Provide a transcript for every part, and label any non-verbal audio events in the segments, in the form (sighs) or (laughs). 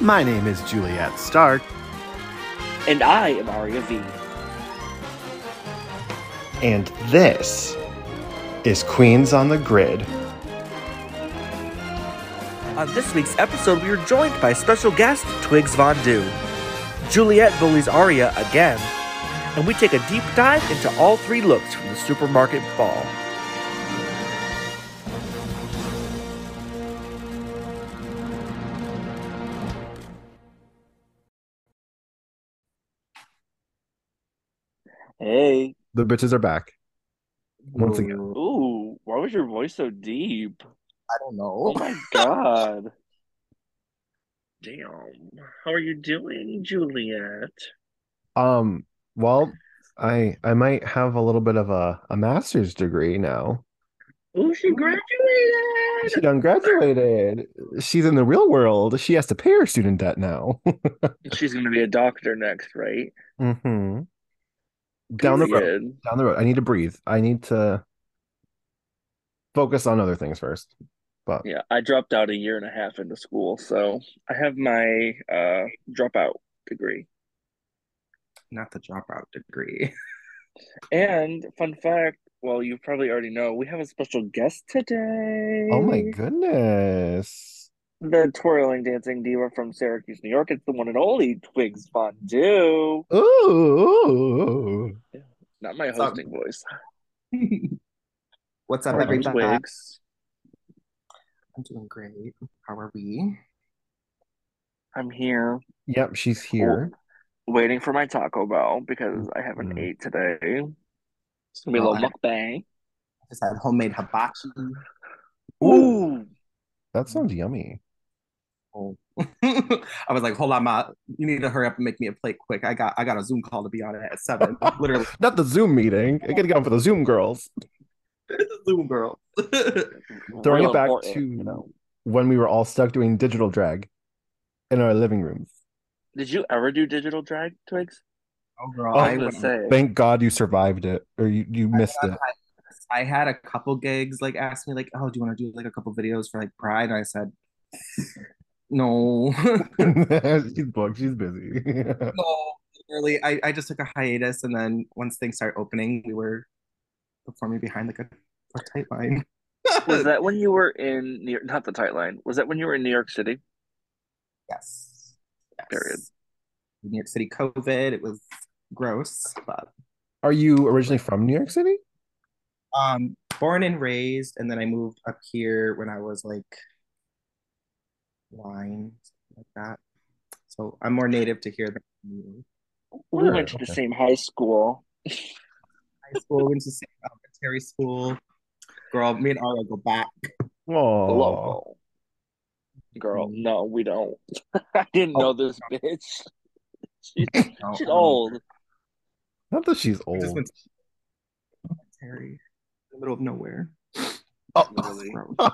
My name is Juliet Stark, And I am Aria V. and this is Queens on the Grid. On this week's episode, we are joined by special guest Twigs Von Du. Juliet bullies Aria again, and we take a deep dive into all three looks from the supermarket ball. Hey. The bitches are back. Once again. Ooh, why was your voice so deep? Oh I don't know. (laughs) my god. Damn. How are you doing, Juliet? Um, well, I I might have a little bit of a, a master's degree now. Oh, she She graduated. done graduated. She's in the real world. She has to pay her student debt now. (laughs) (laughs) She's gonna be a doctor next, right? mm-hmm. Down the road. Period. Down the road. I need to breathe. I need to focus on other things first. But Yeah, I dropped out a year and a half into school, so I have my uh dropout degree. Not the dropout (laughs) degree. And fun fact, well, you probably already know, we have a special guest today. oh my goodness. The twirling dancing diva from Syracuse, New York. It's the one and only Twigs Fondue. Ooh. Not my Sup? hosting voice. What's up, Or everybody? Twigs. I'm doing great. How are we? I'm here Yep, she's here. waiting for my Taco Bell because I haven't Mhm. ate today. It's gonna be a Well, little mukbang. Just had homemade hibachi. Ooh, That sounds yummy. Oh. (laughs) I was like, hold on, ma. You need to hurry up and make me a plate quick. I got I got a Zoom call to be on at seven. (laughs) Literally, Not the Zoom meeting. I gotta get on for the Zoom girls. Zoom girl. (laughs) Oh, Throwing real it back important, to you know. when we were all stuck doing digital drag in our living rooms. Did you ever do digital drag, Twigs? Oh, girl. Oh, I I, was went- gonna say. Thank God you survived it or you, you missed it. I had a couple gigs like ask me like, oh, do you want to do like a couple videos for like Pride? And I said, no. (laughs) (laughs) she's booked, she's busy. (laughs) No, literally, I, I just took a hiatus, and then once things started opening, we were performing behind like a, a tight line. Was that when you were in New not the tight line? Was that when you were in New York City? (laughs) yes. yes. Period. New York City COVID. It was gross, but Are you originally from New York City? um, born and raised, and then I moved up here when I was like nine, something like that. So I'm more native to here than you. We went to the Okay. same high school. High school, went to same elementary school. Girl, me and Aria go back. Oh, Local. Girl, no, we don't. (laughs) I didn't Oh. know this bitch. She's, No, she's I don't- old. not that she's I just old. went to Terry, in the middle of nowhere. Literally. (laughs) Gross.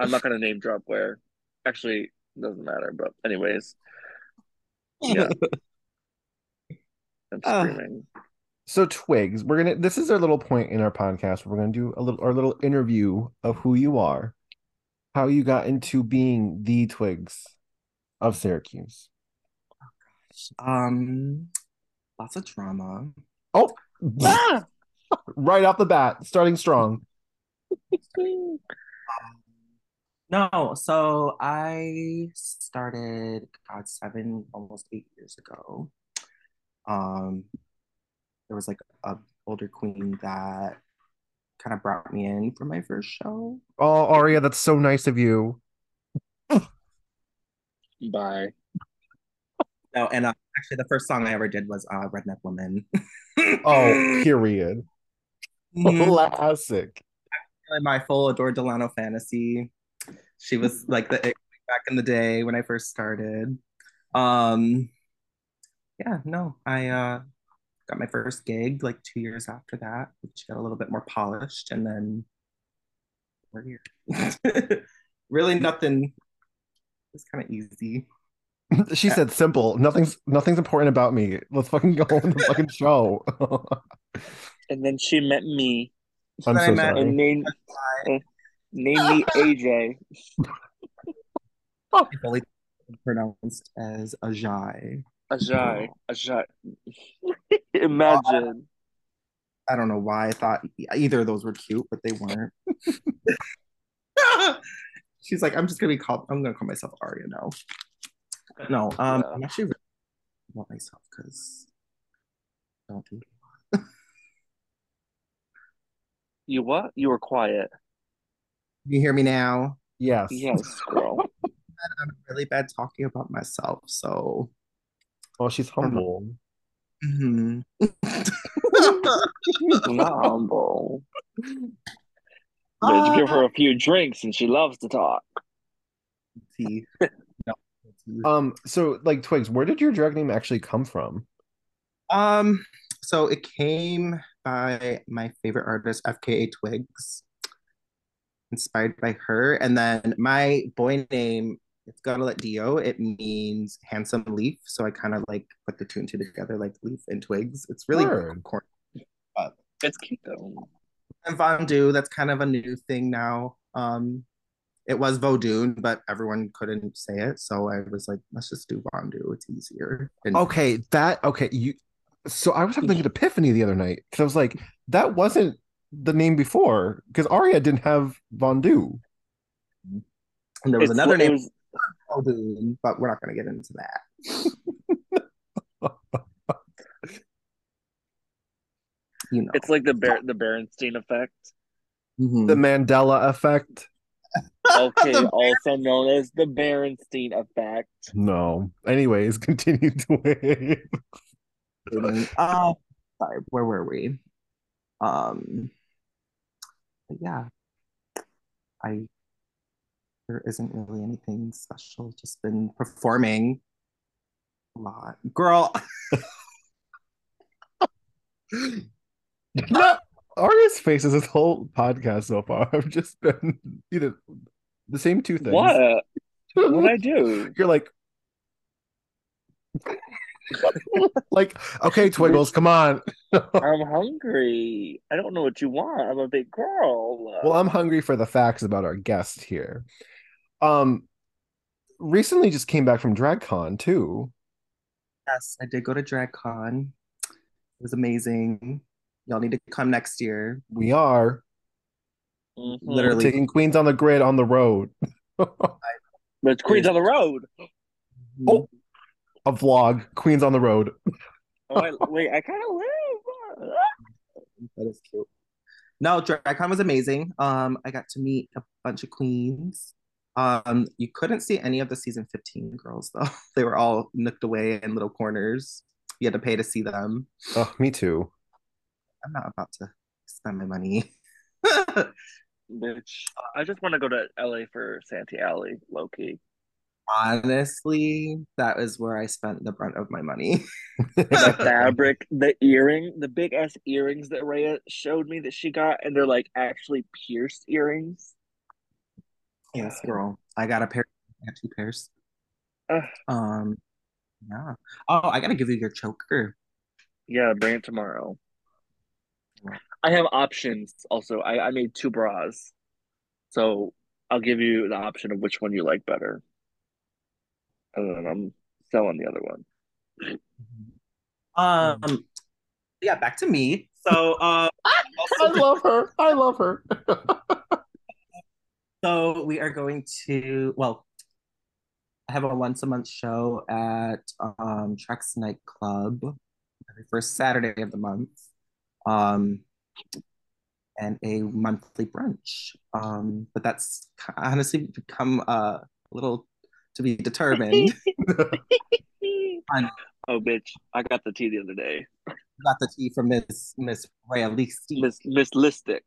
I'm not gonna name drop where. Actually, doesn't matter. But anyways, Yeah. I'm Ah. screaming. So Twigs, we're gonna this is our little point in our podcast where we're gonna do a little our little interview of who you are, how you got into being the Twigs of Syracuse. Um, lots of drama. Ah! (laughs) right off the bat, starting strong. No, so I started God seven, almost eight years ago. Um, there was like a older queen that kind of brought me in for my first show. Oh, Aria, that's so nice of you. Bye. No, and uh, actually, the first song I ever did was uh, "Redneck Woman." (laughs) (gasps) Oh, period. (laughs) Mm-hmm. Mhm. Classic. (laughs) in my full Adore Delano fantasy. She was like the it back in the day when I first started. Um, yeah, no, I uh, got my first gig like two years after that, which got a little bit more polished, and then we're here. (laughs) really, nothing. It's kind of easy. She said simple. Nothing's nothing's important about me. Let's fucking go on the (laughs) fucking show. (laughs) And then she met me I'm so I'm at- sorry. and named named me AJ. If only pronounced as Ajay. Ajay. Ajay. (laughs) Imagine. I don't know why I thought either of those were cute, but they weren't. She's like, I'm just gonna be called. I'm gonna call myself Aria now. No, um, I'm actually really about myself because don't do. You what? You were quiet. You hear me now? Yes. Yes, (laughs) girl. I'm really bad talking about myself, so. Well, Oh, she's humble. (laughs) mhm. Not humble. Ah. Bitch, give her a few drinks and she loves to talk. (laughs) Tea. (laughs) No, tea. Um, so like Twigs, where did your drag name actually come from? Um, so it came by my favorite artist, FKA Twigs, inspired by her. And then my boy name, it's gotta let Dio, it means handsome leaf. So I kind of like put the two and two together, like leaf and twigs. It's really Word. corny. It's cute though. And fondue, that's kind of a new thing now. Um, it was Vodun, but everyone couldn't say it. So I was like, let's just do fondue. It's easier. And Okay, that okay, you so I was having an epiphany the other night because I was like, that wasn't the name before, because Arya didn't have Vondu. and there was It's- another it name, was- Vodun, but we're not gonna get into that. (laughs) you know. Mm-hmm. It's like the Ber- the Berenstein effect. The Mm. Mandela effect. Okay, The Ber- also known as the Berenstein effect. No. Anyways, (laughs) continue to wave. Mhm. Uh, sorry, where were we? Um, but yeah, I there isn't really anything special. Just been performing a lot, girl. (laughs) No, Arya's face is this whole podcast so far. (laughs) I've just been either the same two things. (laughs) What? What would I do? You're like (laughs) like, okay, Twiggles, come on. I'm hungry. I don't know what you want. I'm a big girl. Well, I'm hungry for the facts about our guest here. Um, recently just came back from DragCon too. Yes, I did go to DragCon. It was amazing. Y'all need to come next year. We are Mhm. literally- taking Queens on the grid on the road. (laughs) a But Queen's on the road. Oh. vlog, Queens on the road. (laughs) Oh, I, wait, I kind of live. (laughs) That is cute. No, DragCon was amazing. Um, I got to meet a bunch of queens. Um, you couldn't see any of the season 15 girls though. (laughs) They were all nooked away in little corners. You had to pay to see them. Oh, me too. I'm not about to spend my money. (laughs) Bitch, I just want to go to LA for Santee Alley, low key. Honestly, that is where I spent the brunt of my money. (laughs) The fabric, the earring, the big ass earrings that Raya showed me that she got, and they're like actually pierced earrings. yes, girl. I got a pair, I got two pairs. Ugh. Um, yeah. Oh, I gotta give you your choker. Yeah, bring it tomorrow. I have options also. I, I made two bras. So I'll give you the option of which one you like better. And then I'm selling the other one. Um, yeah, back to me. So, uh, I love her. I love her. so we are going to well, I have a once a month show at um Trex nightclub every first Saturday of the month, um, and a monthly brunch. Um, but that's ki- honestly become uh, a little to be determined. Oh, bitch. I got the tea the other day. Got the tea from Miss Miss Raya Leasty. Miss, Miss Listic.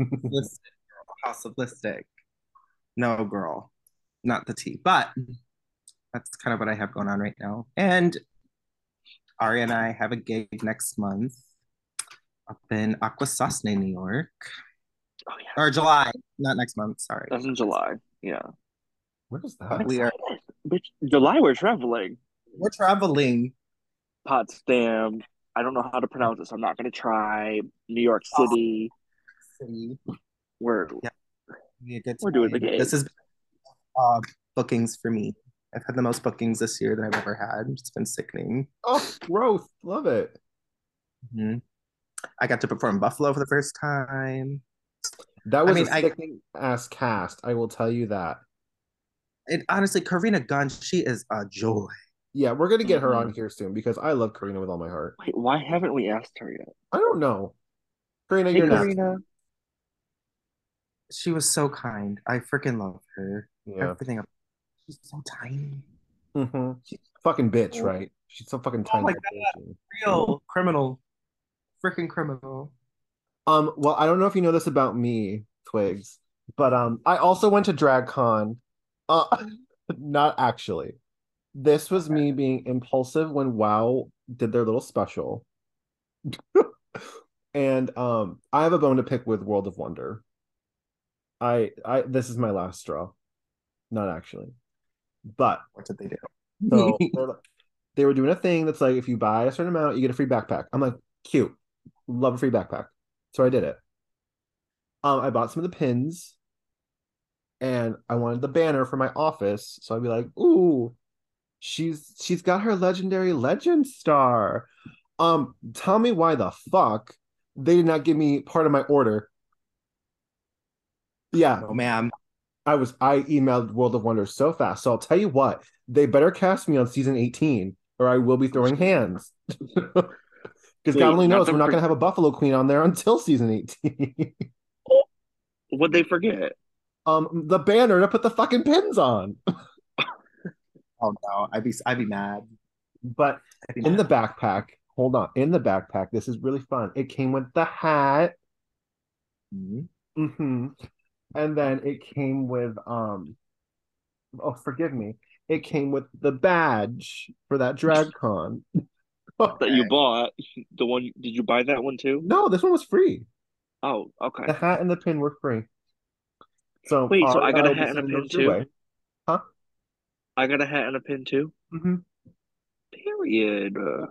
Listic, girl. House of Listic. No, girl, not the tea. But that's kind of what I have going on right now. And Ari and I have a gig next month up in Aquasasne, New York, Oh, yeah. Oh. or July, not next month. Sorry, That's in July. Yeah. (laughs) Where is that? we are Bitch, July, we're traveling. we're traveling. Potsdam. I don't know how to pronounce it, so I'm not going to try. New York Oh. City. City. We're Be a good We're doing the time. gig. This is uh, bookings for me. I've had the most bookings this year that I've ever had. It's been sickening. Oh, growth. Love it. Mhm. I got to perform in Buffalo for the first time. That was mean, a I- sickening ass cast. I will tell you that. And honestly, Karina Gunn, she is a joy. Yeah, we're gonna get her Mhm. on here soon because I love Karina with all my heart. Wait, why haven't we asked her yet? I don't know. Karina, Hey, you're next. Karina. She was so kind. I freaking love her. Yeah. Everything. ab- She's so tiny. hmm Fucking bitch, right? She's so fucking tiny. my Real criminal. Freaking criminal. Um, well, I don't know if you know this about me, Twigs, but um, I also went to DragCon. Uh, (laughs) not actually. This was me being impulsive when WoW did their little special. (laughs) And um, I have a bone to pick with World of Wonder. I I this is my last straw. Not actually. But What did they do? so (laughs) they're like- they were doing a thing that's like if you buy a certain amount, you get a free backpack. I'm like, cute, love a free backpack. So I did it. Um, I bought some of the pins, and I wanted the banner for my office. So I'd be like, ooh, she's she's got her legendary legend star. Um, tell me why the fuck they did not give me part of my order. Yeah, oh, ma'am. I was I emailed World of Wonder so fast. So I'll tell you what, they better cast me on season 18 or I will be throwing hands. (laughs) Because Wait, God only not knows the we're not pre- gonna have a Buffalo Queen on there until season 18. What'd they forget? (laughs) um the banner to put the fucking pins on. Oh no, I'd be I'd be mad. But I'd be in mad. the backpack, hold on, in the backpack, this is really fun. It came with the hat. Mhm. hmm And then it came with um oh forgive me. It came with the badge for that drag con. That you bought (laughs) the one? Did you buy that one too? No, this one was free. Oh, The okay. hat and the pin were free. So Wait, so Ari, I got a will be hat and a sending pin those your too? way. I got a hat and a pin too. Mhm. Period. Uh,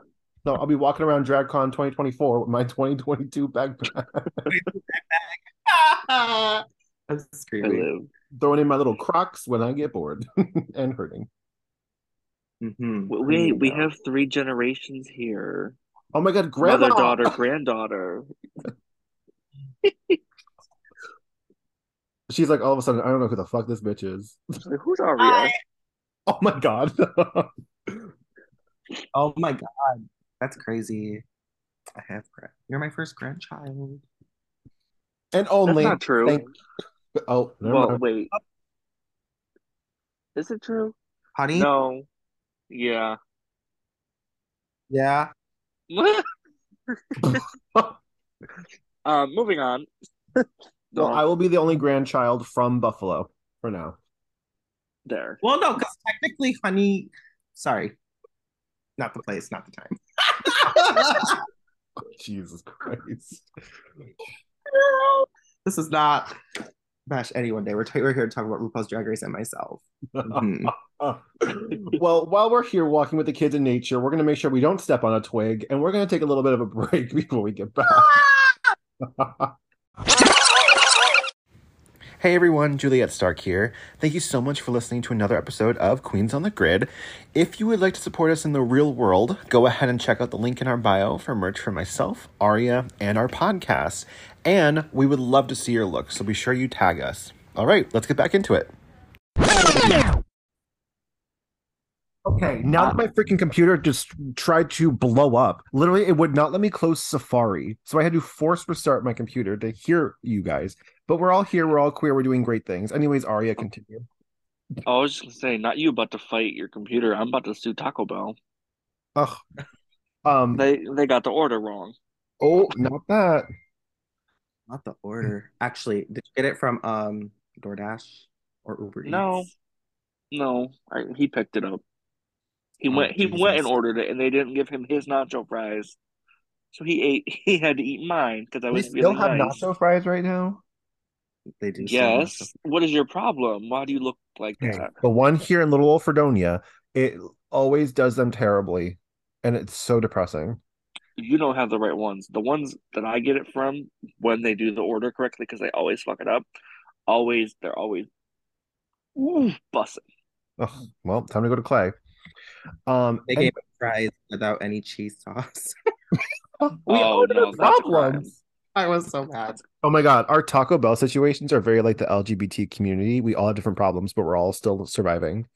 No, I'll be walking around DragCon 2024 with my (laughs) 2022 backpack, (laughs) (laughs) I'm I screaming. live. throwing in my little Crocs when I get bored (laughs) and hurting. Mhm. W- Wait, we Yeah. have three generations here. Oh my god, grandma! Mother, daughter, granddaughter. She's like all of a sudden, I don't know who the fuck this bitch is. (laughs) Like, Who's Aria? Hi. Oh my god. (laughs) Oh my god, that's crazy. I have grand. You're my first grandchild. and That's only not true. Thank- oh never well, mind. wait. Is it true? Honey? No. Yeah. (laughs) Yeah. um, moving on. (laughs) Well, Don't- I will be the only grandchild from Buffalo for now. (laughs) there. Well, no, because technically, honey, sorry. Not the place, not the (laughs) time. Jesus Christ. this is not bash anyone day. We're, t- we're here to talk about RuPaul's Drag Race and myself. Mhm. well, while we're here walking with the kids in nature, we're going to make sure we don't step on a twig and we're going to take a little bit of a (laughs) break before we get back. Hey everyone, Juliet Stark here. Thank you so much for listening to another episode of Queens on the Grid. If you would like to support us in the real world, go ahead and check out the link in our bio for merch for myself, Aria, and our podcast. And we would love to see your look, so be sure you tag us. All right, let's get back into it. Okay, now that my freaking computer just tried to blow up, literally, it would not let me close Safari. So I had to force restart my computer to hear you guys. But we're all here, we're all queer, we're doing great things. Anyways, Aria, continue. Oh, I was just gonna say, not you about to fight your computer. I'm about to sue Taco Bell. Ugh. Um, They they got the order wrong. oh, not that. (laughs) Not the order. Actually, did you get it from um DoorDash or Uber Eats? No. No, I, he picked it up. He Oh, went he went and Jesus. ordered it, and they didn't give him his nacho fries. So he ate. (laughs) He had to eat mine because I We was still feeling have nice. nacho fries right now. They do. sell Yes. them. What is your problem? Why do you look like Okay, that? The one here in Little Old Fredonia, it always does them terribly, and it's so depressing. You don't have the right ones. The ones that I get it from when they do the order correctly, because they always fuck it up. Always, they're always ooh, bussing. Oh, well, time to go to Clay. Um, They and- gave him fries without any cheese sauce. (laughs) we Oh, all no, know that's a problems. I was so mad. Oh my God, our Taco Bell situations are very like the LGBT community. We all have different problems, but we're all still surviving.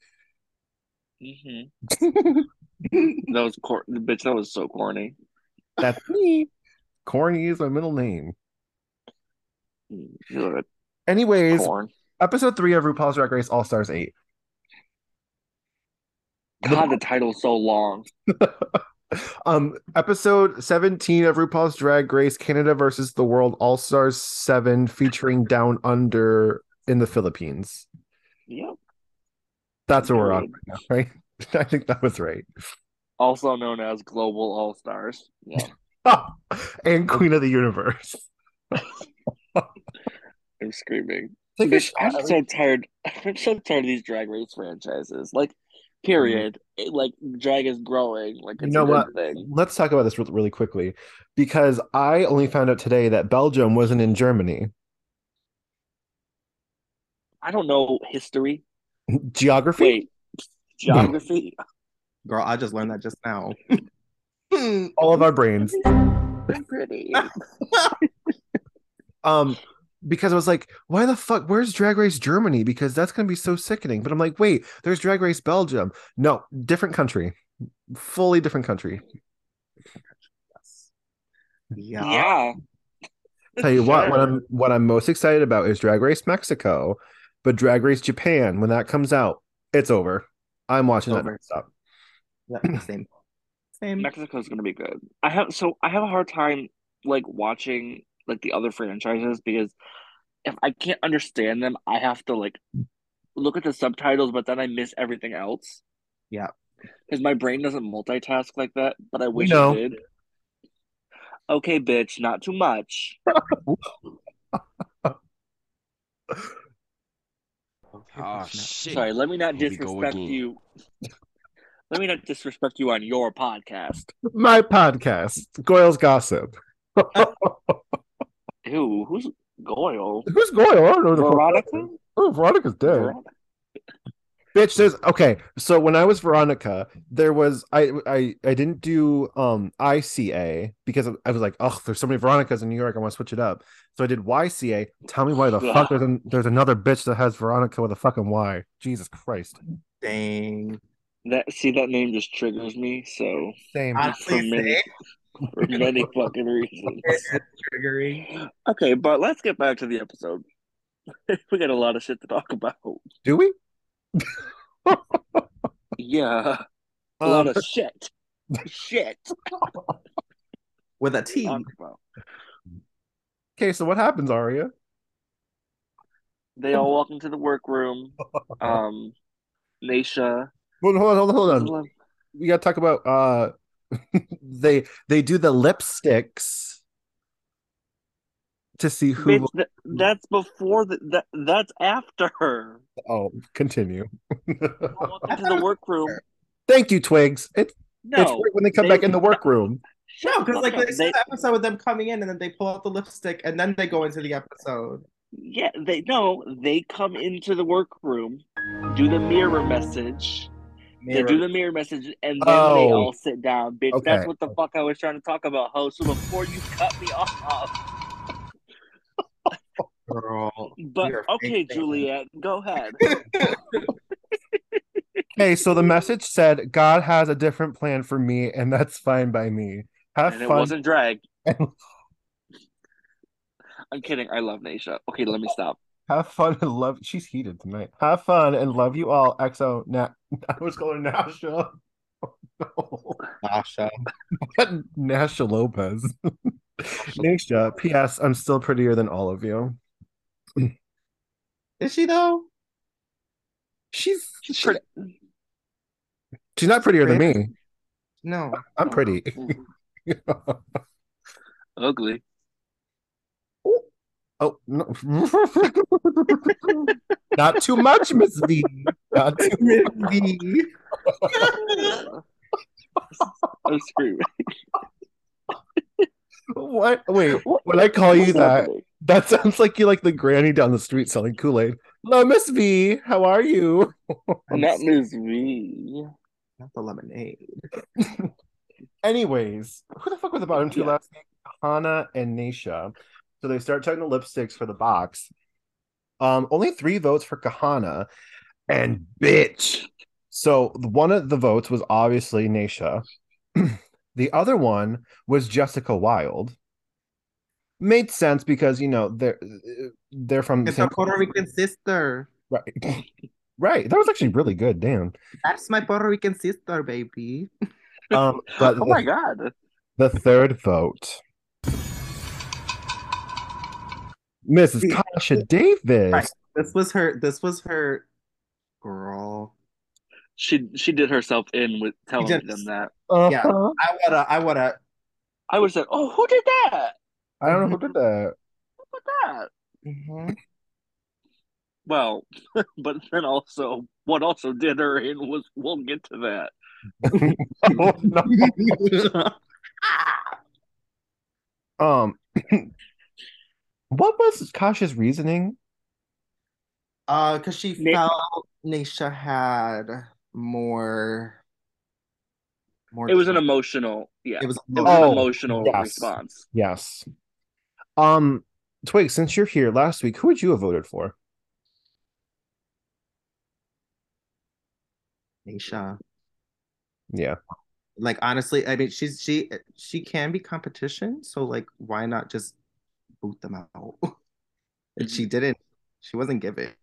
hmm That was cor- bitch. That was so corny. (laughs) That's me. Corny is my middle name. Good Anyways, corn. episode three of RuPaul's Drag Race All Stars Eight. God, the title's so long. um, episode seventeen of RuPaul's Drag Race Canada versus the World All Stars Seven, featuring Down Under in the Philippines. Yep. That's where we're on right now, right? (laughs) I think that was right. (laughs) Also known as Global All Stars. (laughs) Yeah. Ah, and Queen of the Universe. I'm screaming. Take a Bitch, shot. I'm so tired. (laughs) I'm so tired of these Drag Race franchises. Like, period. It- like, drag is growing. Like, it's You know a good what? thing. Let's talk about this re- really quickly because I only found out today that Belgium wasn't in Germany. I don't know history. Geography? Wait, (laughs) geography. Girl, I just learned that just (laughs) now. All of our brains. Pretty. Um, because I was like, why the fuck? Where's Drag Race Germany? Because that's going to be so sickening. But I'm like, wait, there's Drag Race Belgium. No, different country. Fully different country. Yeah. Yeah. Tell you what, what Sure. (laughs) I'm what I'm most excited about is Drag Race Mexico, but Drag Race Japan, when that comes out, it's over. I'm watching Over. that up. (clears throat) Yep, same. Same. Mexico's gonna be good. I have so I have a hard time like watching like the other franchises because if I can't understand them, I have to like look at the subtitles, but then I miss everything else. Yeah. Because my brain doesn't multitask like that, but I wish know. it did. Okay, bitch, not too much. Oh shit! Sorry, let me not Here we go disrespect again. you. Let me not disrespect you on your podcast. My podcast, Goyle's Gossip. Uh, Ew, who's Goyle? (laughs) Who's Goyle? I don't know the fuck- Veronica? Oh, Veronica's dead. Veronica? Bitch, there's okay. So when I was Veronica, there was I I I didn't do um ICA because I was like, oh, there's so many Veronicas in New York. I want to switch it up. So I did YCA. Tell me why the fuck there's an, there's another bitch that has Veronica with a fucking Y. Jesus Christ. Dang. That see that name just triggers me. So Same. for Honestly, me. sick. for many fucking reasons. It's triggering. Okay, but let's get back to the episode. (laughs) we got a lot of shit to talk about. do we? Yeah, a lot of shit. Shit. to With a T. talk about. okay, so what happens, Aria? They all walk into the workroom. Um, Nisha. Well, hold on, hold on, hold on. Let- We gotta talk about uh (laughs) they they do the lipsticks to see who Bitch, th- that's before the, that. That's after. Oh, continue. (laughs) Walk into the workroom. Thank you, Twigs. It's it's No, right when they come they- back in the workroom. shut No, the because fuck up. like they They- saw the episode with them coming in and then they pull out the lipstick and then they go into the episode. Yeah, they no, they come into the workroom, do the mirror message. They do the mirror message and then they Oh. all sit down, bitch. Okay. That's what the fuck I was trying to talk about, ho. So before you cut me off, Girl. but You're okay, fake fan. Juliet, go ahead. Okay, so the message said, God has a different plan for me, and that's fine by me. Have and it fun. wasn't drag. I'm kidding. I love Nisha. Okay, let me stop. Have fun and love. She's heated tonight. Have fun and love you all. XO Nat. (laughs) I was calling her Nasha. (laughs) Oh, no. Sasha. Nasha Lopez. (laughs) Nasha. P.S. I'm still prettier than all of you. Is she though? She's She's she- pretty. she's not prettier than me. (laughs) No. (laughs) I'm pretty. (laughs) Ugly. Oh no. (laughs) Not too much, Miss V. Not too I'm screaming. what wait, when I call you What's that, happening? that sounds like you like the granny down the street selling Kool-Aid. Hello, Miss V. How are you? Not Ms. V. Not the lemonade. Anyways, who the fuck was the bottom two Yeah. last week? Hana and Nisha. So they start checking the lipsticks for the box. Um, only three votes for Kahana and bitch. So one of the votes was obviously Nisha. (clears throat) the other one was Jessica Wild. Made sense because you know they're they're Mm-hmm. from the It's a same Puerto Rican sister. right. (clears throat) right. That was actually really good, (laughs) damn. That's my Puerto Rican sister, baby. Um, but oh (laughs) my god. The third vote. Mrs. Yeah. Kasha Davis. Right. This was her. This was her. Girl, She she did herself in with telling did. them that. Uh-huh. Yeah. I wanna. I wanna. I would have said, Oh, who did that? I don't know who did that. Who did that? Mhm. Well, (laughs) but then also what also did her in was we'll get to that. Oh, no. Um, (clears throat) what was Kasha's reasoning? (laughs) Uh, because she Na- felt Nisha had more. More. It was an time. emotional yeah. It was. It was Oh, an emotional yes. response. Yes. Um, Twig, since you're here last week, who would you have voted for? Nisha. Yeah. Like honestly, I mean, she's she she can be competition. So like, why not just boot them out? (laughs) And Mm-hmm. she didn't. She wasn't giving.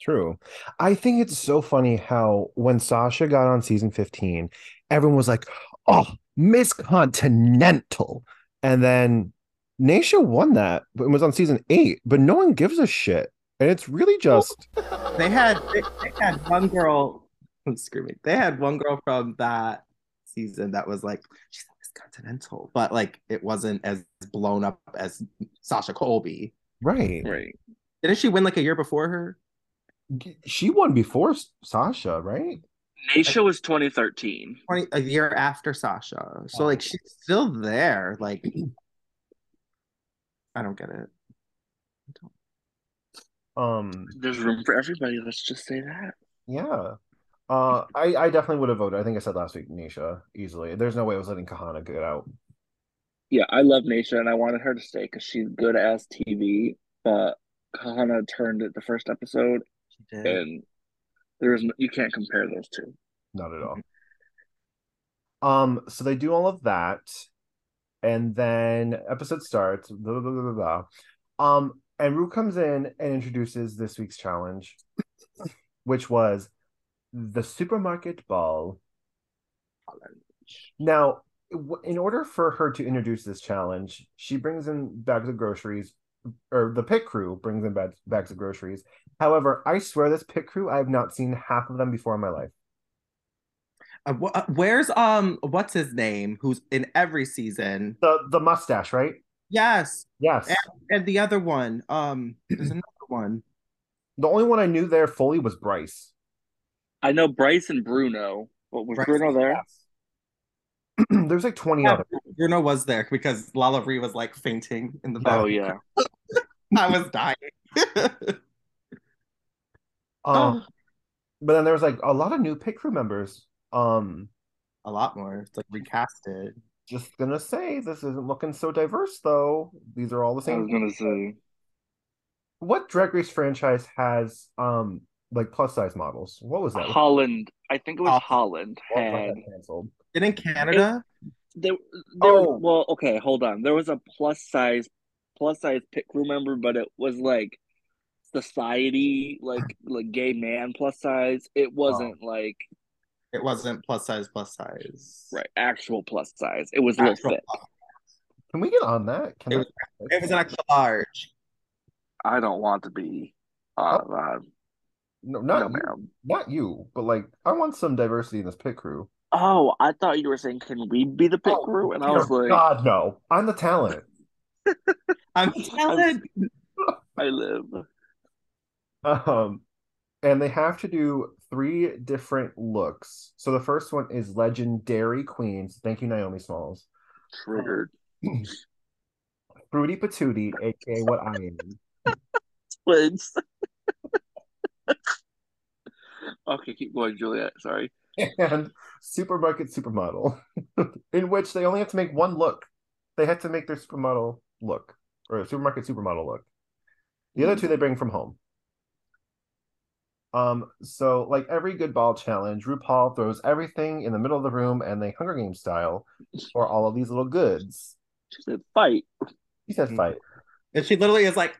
True. I think it's so funny how when Sasha got on season 15, everyone was like, oh, Miss Continental. And then Naisha won that and was on season eight, but no one gives a shit. And it's really just They had they, they had one girl. (laughs) I'm screaming. They had one girl from that season that was like she's a Miss Continental, but like it wasn't as blown up as Sasha Colby. right. Right. Didn't she win like a year before her? She won before S- Sasha, right? Naisha was twenty thirteen. 20, a year after Sasha. So Oh. like she's still there. Like (clears throat) I don't get it. Um, There's room for everybody, let's just say that. yeah. Uh, I, I definitely would have voted. I think I said last week, Naisha, easily. There's no way I was letting Kahana get out. Yeah, I love Naisha and I wanted her to stay because she's good as TV, but Kahana turned it the first episode She did. and there's no, you can't compare those two. Not at all. Um, so they do all of that, and then episode starts. Blah, blah, blah, blah, blah. Um, and Rue comes in and introduces this week's challenge, which was the supermarket ball. Now, w- in order for her to introduce this challenge, she brings in bags of groceries, or the pit crew brings in bags, bags of groceries. However, I swear this pit crew, I have not seen half of them before in my life. Uh, wh- uh, where's um what's his name? Who's in every season? The the mustache, right? Yes, Yes. and the other one. Um, (clears throat) there's another one. The only one I knew there fully was Bryce. (clears throat) I know Bryce and Bruno. What was Bryce- Bruno there? There's like 20 Yeah, others. Bruno was there because Lala Ree was like fainting in the back. Oh yeah. (laughs) I was dying. (laughs) Um, But then there was like a lot of new pit crew members. Um, a lot more. It's like recasted. just gonna say this isn't looking so diverse though. These are all the I was same. gonna say What Drag Race franchise has um like plus size models? What was that? Holland. I think it was Holland What was had that canceled? Didn't Canada? there, there Oh. well okay hold on there was a plus size plus size pit crew member but it was like society (laughs) like like gay man plus size it wasn't like It wasn't plus size, plus size. right actual plus size it was a little Actual thick plus- Can we get on that? Can It I- was- It was an extra large. i don't want to be uh, uh no, no not you, ma'am not you, but like I want some diversity in this pit crew. oh i thought you were saying can we be the pit Oh, crew and i was Dear like God, no! I'm the talent. I'm telling. i live Um, and they have to do three different looks. So the first one is legendary queens. Thank you, Naomi Smalls. triggered Fruity Patootie, aka what I am. (laughs) twins Okay, keep going, Juliet. Sorry. and supermarket supermodel, (laughs) in which they only have to make one look. They have to make their supermodel look or supermarket supermodel look. The other two they bring from home. Um, so like every good ball challenge, RuPaul throws everything in the middle of the room and they Hunger Games style for all of these little goods. She said (laughs) fight. He said fight. (laughs) And she literally is like,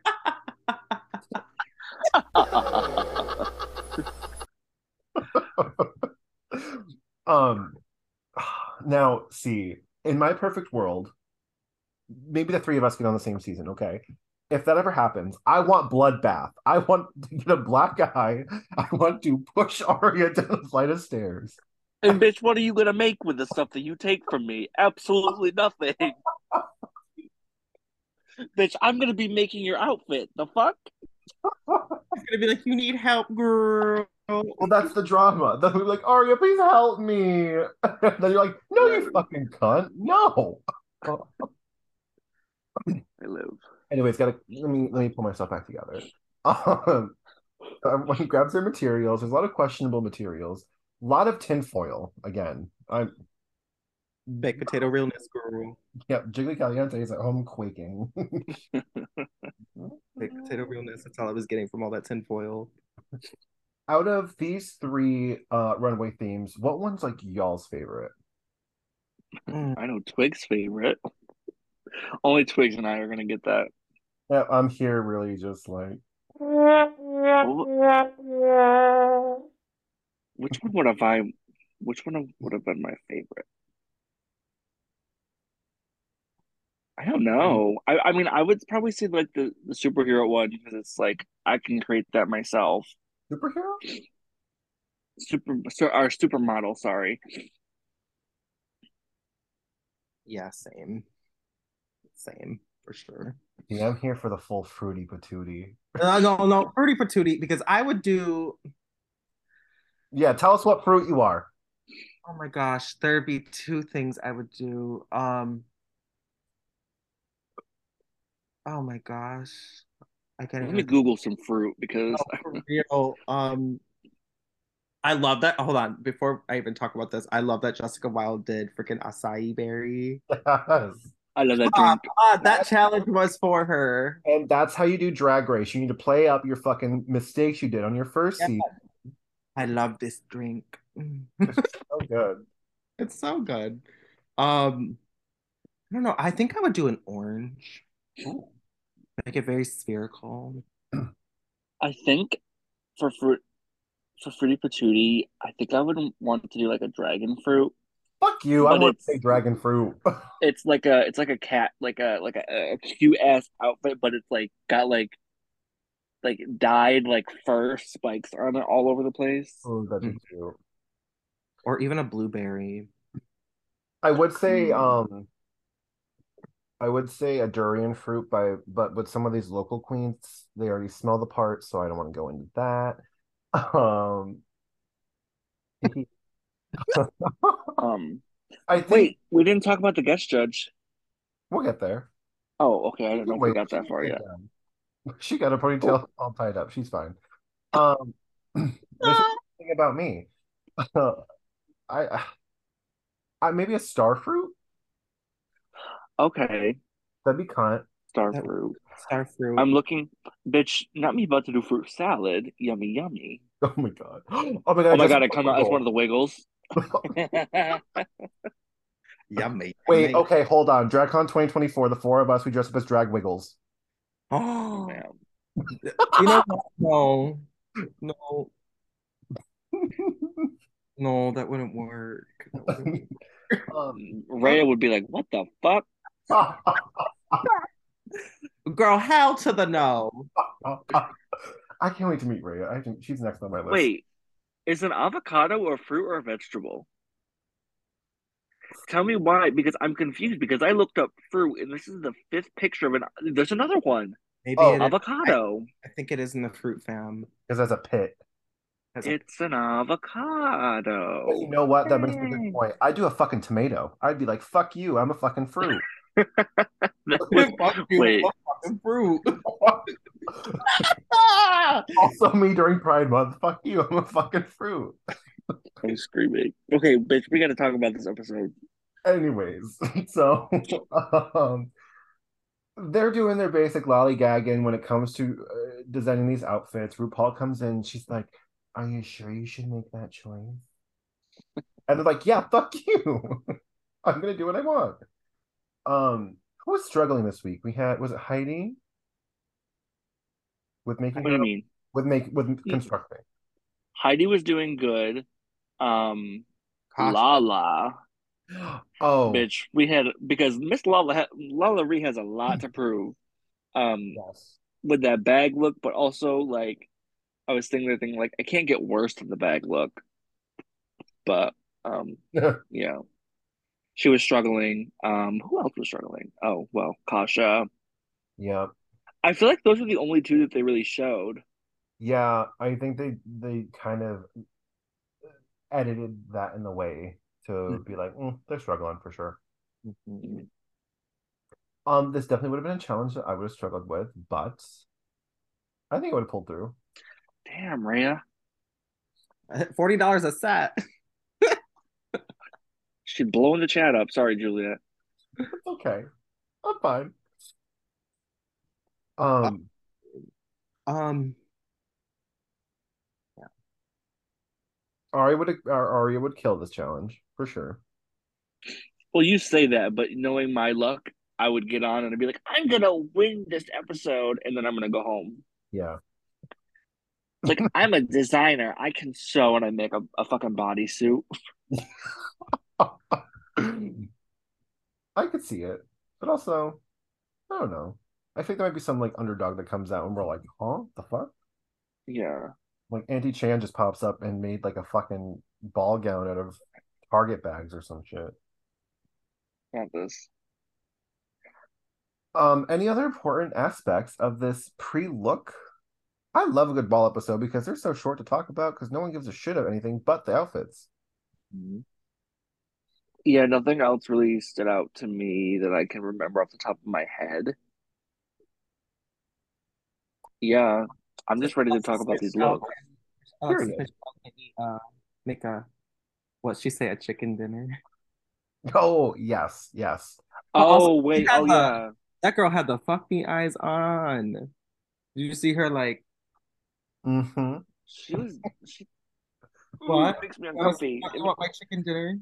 um now see in my perfect world maybe the three of us get on the same season okay if that ever happens i want bloodbath i want to get a black guy i want to push aria (laughs) down the flight of stairs And bitch, what are you gonna make with the stuff that you take from me? Absolutely nothing. (laughs) bitch, I'm gonna be making your outfit. The fuck? she's gonna be like, you need help, girl. well that's the drama then we're like aria please help me (laughs) then you're like no you fucking cunt no I live. anyways gotta let me let me pull myself back together (laughs) um everyone grabs their materials there's a lot of questionable materials a lot of tinfoil again i'm Baked potato realness, girl. Yep, Jiggly Caliente is at home quaking. (laughs) Baked potato realness. That's all I was getting from all that tinfoil. Out of these three uh runway themes, what one's like y'all's favorite? I know Twig's favorite. (laughs) Only Twigs and I are gonna get that. Yeah, I'm here really just like Which one would have I? Which one would have been my favorite? I don't know. I, I mean, I would probably say like the, the superhero one because it's like I can create that myself. superhero? Super, so, our supermodel. Sorry, Yeah, same. Same, for sure. Yeah, I'm here for the full fruity patootie. Uh, no, no, Fruity Patootie, because I would do, Yeah, tell us what fruit you are. (laughs) oh my gosh, there'd be two things I would do. Um, oh my gosh. I I'm can't gonna even Google some fruit because Mm-hmm. (laughs) Oh, for real. Um, I love that. Hold on, before I even talk about this, I love that Jessica Wilde did freaking acai berry. Yes. I love that Ah, drink. ah, that challenge was for her. And that's how you do drag race. You need to play up your fucking mistakes you did on your first Yeah. season. I love this drink. Mm. So Oh, good. it's so good. Um, I don't know. I think I would do an orange, make it very spherical. I think for fruit for fruity patootie, I think I would want to do like a dragon fruit. Fuck you. I want But to it's- say dragon fruit. (laughs) It's like a it's like a cat like a like a, a cute ass outfit, but it's like got like like dyed like fur spikes on it all over the place. oh, that'd be cute. Or even a blueberry. I would say Mm. um I would say a durian fruit by but with some of these local queens, they already smell the part, so I don't want to go into that. Um (laughs) Um, I think wait, we didn't talk about the guest judge. we'll get there. Oh, okay, I don't know if we Wait, got that far she's yet. done. (laughs) She got a ponytail all tied up. She's fine. Um (clears throat) this is the thing about me. (laughs) I I I- maybe a star fruit? Okay, That'd be cunt. star That- fruit. Star fruit. I'm looking, bitch. Not me about to do fruit salad. Yummy, yummy. (laughs) Oh my god. (gasps) Oh my god, Oh my just- god, I come out as one of the Wiggles. (laughs) Yummy. Wait, yummy. okay, hold on. DragCon 2024, the four of us, we dress up as drag wiggles. Oh, Man. (gasps) (laughs) you know what? No, no, no, that wouldn't work. That wouldn't work. (laughs) Um, Raya would be like, "What the fuck?" (laughs) Girl, hell to the no. I can't wait to meet Rhea. I think she's next on my list. Wait, is an avocado a fruit or a vegetable? Tell me why, because I'm confused. Because I looked up fruit, and this is the fifth picture of an. There's another one, Maybe Oh, it is- avocado. I think it is in the fruit fam. because that's a pit. That's a- It's an avocado. But you know what? That brings me to a Dang. good point. I do a fucking tomato. I'd be like, "Fuck you! I'm a fucking fruit." (laughs) That was- (laughs) Fuck you, wait. fuck fucking fruit. also me during Pride Month. Fuck you. I'm a fucking fruit. I'm screaming. Okay, bitch, we gotta talk about this episode. Anyways, (laughs) so um, they're doing their basic lollygagging when it comes to uh, designing these outfits. RuPaul comes in. She's like, "Are you sure you should make that choice?" And they're like, "Yeah, fuck (laughs) you. I'm gonna do what I want." Um, who was struggling this week? We had was it Heidi with making What do you her- mean? with make with Yeah. constructing. (gasps) Heidi was doing good. Um, Gosh. Lala, Oh, bitch, we had because Miss Lala ha- Lala Ree has a lot to prove. Um, yes. with that bag look, but also like I was thinking, the thing like I can't get worse than the bag look, but um, yeah, she was struggling. Um, who else was struggling? Oh well, Kasha. yeah. I feel like those were the only two that they really showed. Yeah, I think they they kind of edited that in the way to be like, mm, they're struggling for sure. Um, this definitely would have been a challenge that I would have struggled with, but I think I would have pulled through. Damn, Rhea, Forty dollars a set. she's blowing the chat up. Sorry, Juliet. It's okay. I'm fine. Um, Um, Ari would or Arya would kill this challenge for sure. Well, you say that, but knowing my luck, I would get on and I'd be like, I'm gonna win this episode, and then I'm gonna go home. Yeah. It's Like, I'm a designer. I can sew and I make a, a fucking bodysuit. I could see it, but also, I don't know. I think there might be some like underdog that comes out and we're like, huh? The fuck? Yeah. Like Auntie Chan just pops up and made like a fucking ball gown out of Target bags or some shit. Not this. Um, any other important aspects of this pre-look? I love a good ball episode because they're so short to talk about because no one gives a shit of anything but the outfits. (laughs) Mm-hmm. Yeah, nothing else really stood out to me that I can remember off the top of my head. Yeah, I'm just ready to talk about these looks. Alexis Period. Mitchell can eat, uh, make a what she say a chicken dinner. Oh, yes, yes. Oh, wait. have Oh, a- yeah. That girl had the fuck me eyes on. Did you see her like hmm She was. (laughs) She, Ooh, What? makes me I was- uncomfy. "You want my chicken dinner?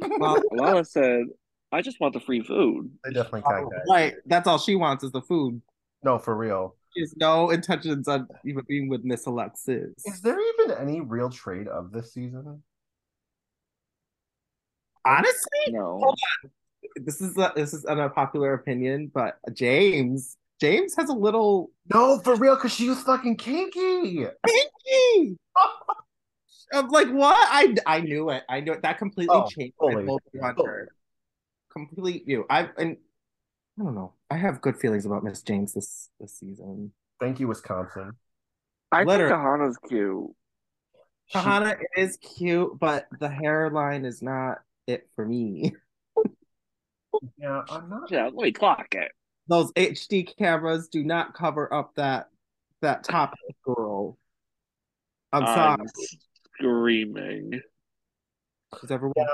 (laughs) Lala said, I just want the free food. (laughs) They definitely kind of Right. That's all she wants is the food. no for real. She has no intentions of even being with Miss Alexis. Is there even any real trade of this season? Honestly, No. this is a, this is an unpopular opinion, but James James has a little No, for real, because she was fucking kinky. (laughs) pinky. I'm like, what? I I knew it. I knew it. That completely Oh, changed fully. my whole view on Fully. her. Complete view. I and I don't know. I have good feelings about Miss James this this season. Thank you, Wisconsin. I think Literally. Kahana's cute. She- Kahana is cute, but the hairline is not it for me. (laughs) yeah, I'm not. Yeah, let me clock it. Those HD cameras do not cover up that that top girl. I'm sorry. screaming. She's everyone. Yeah.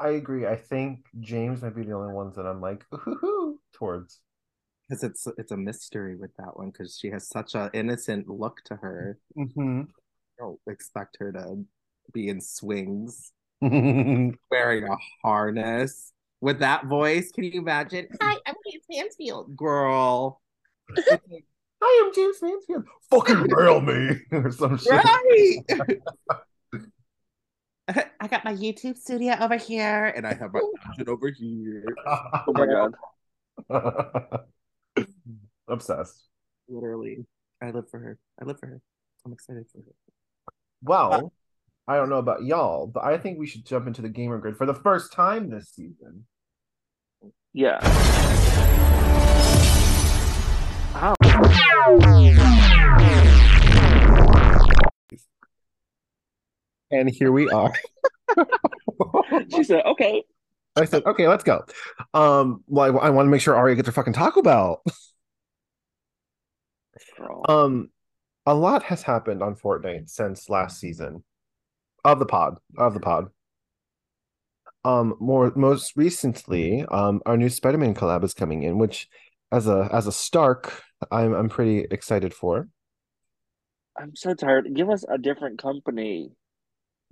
I agree. I think James might be the only ones that I'm like, ooh, towards. because it's it's a mystery with that one because she has such an innocent look to her. Mm-hmm. (laughs) I don't expect her to be in swings Mm-hmm. wearing a harness with that voice. Can you imagine? Hi, I'm James Mansfield, (laughs) girl. I am James Mansfield. Fucking rail me (laughs) or some shit. right. (laughs) I got my YouTube studio over here, and I have my shit over here. Oh my god. (laughs) Obsessed. Literally, I live for her. I live for her. I'm excited for her. Well, I don't know about y'all, but I think we should jump into the gamer grid for the first time this season. Yeah. And here we are. (laughs) She said, okay. I said, okay, let's go. Um, well, I, Oh, want to make sure Arya gets her fucking Taco Bell. Girl. Um, a lot has happened on Fortnite since last season of the pod of the pod. Um, more most recently, um, our new Spider-Man collab is coming in, which as a as a Stark, I'm I'm pretty excited for. I'm so tired. Give us a different company.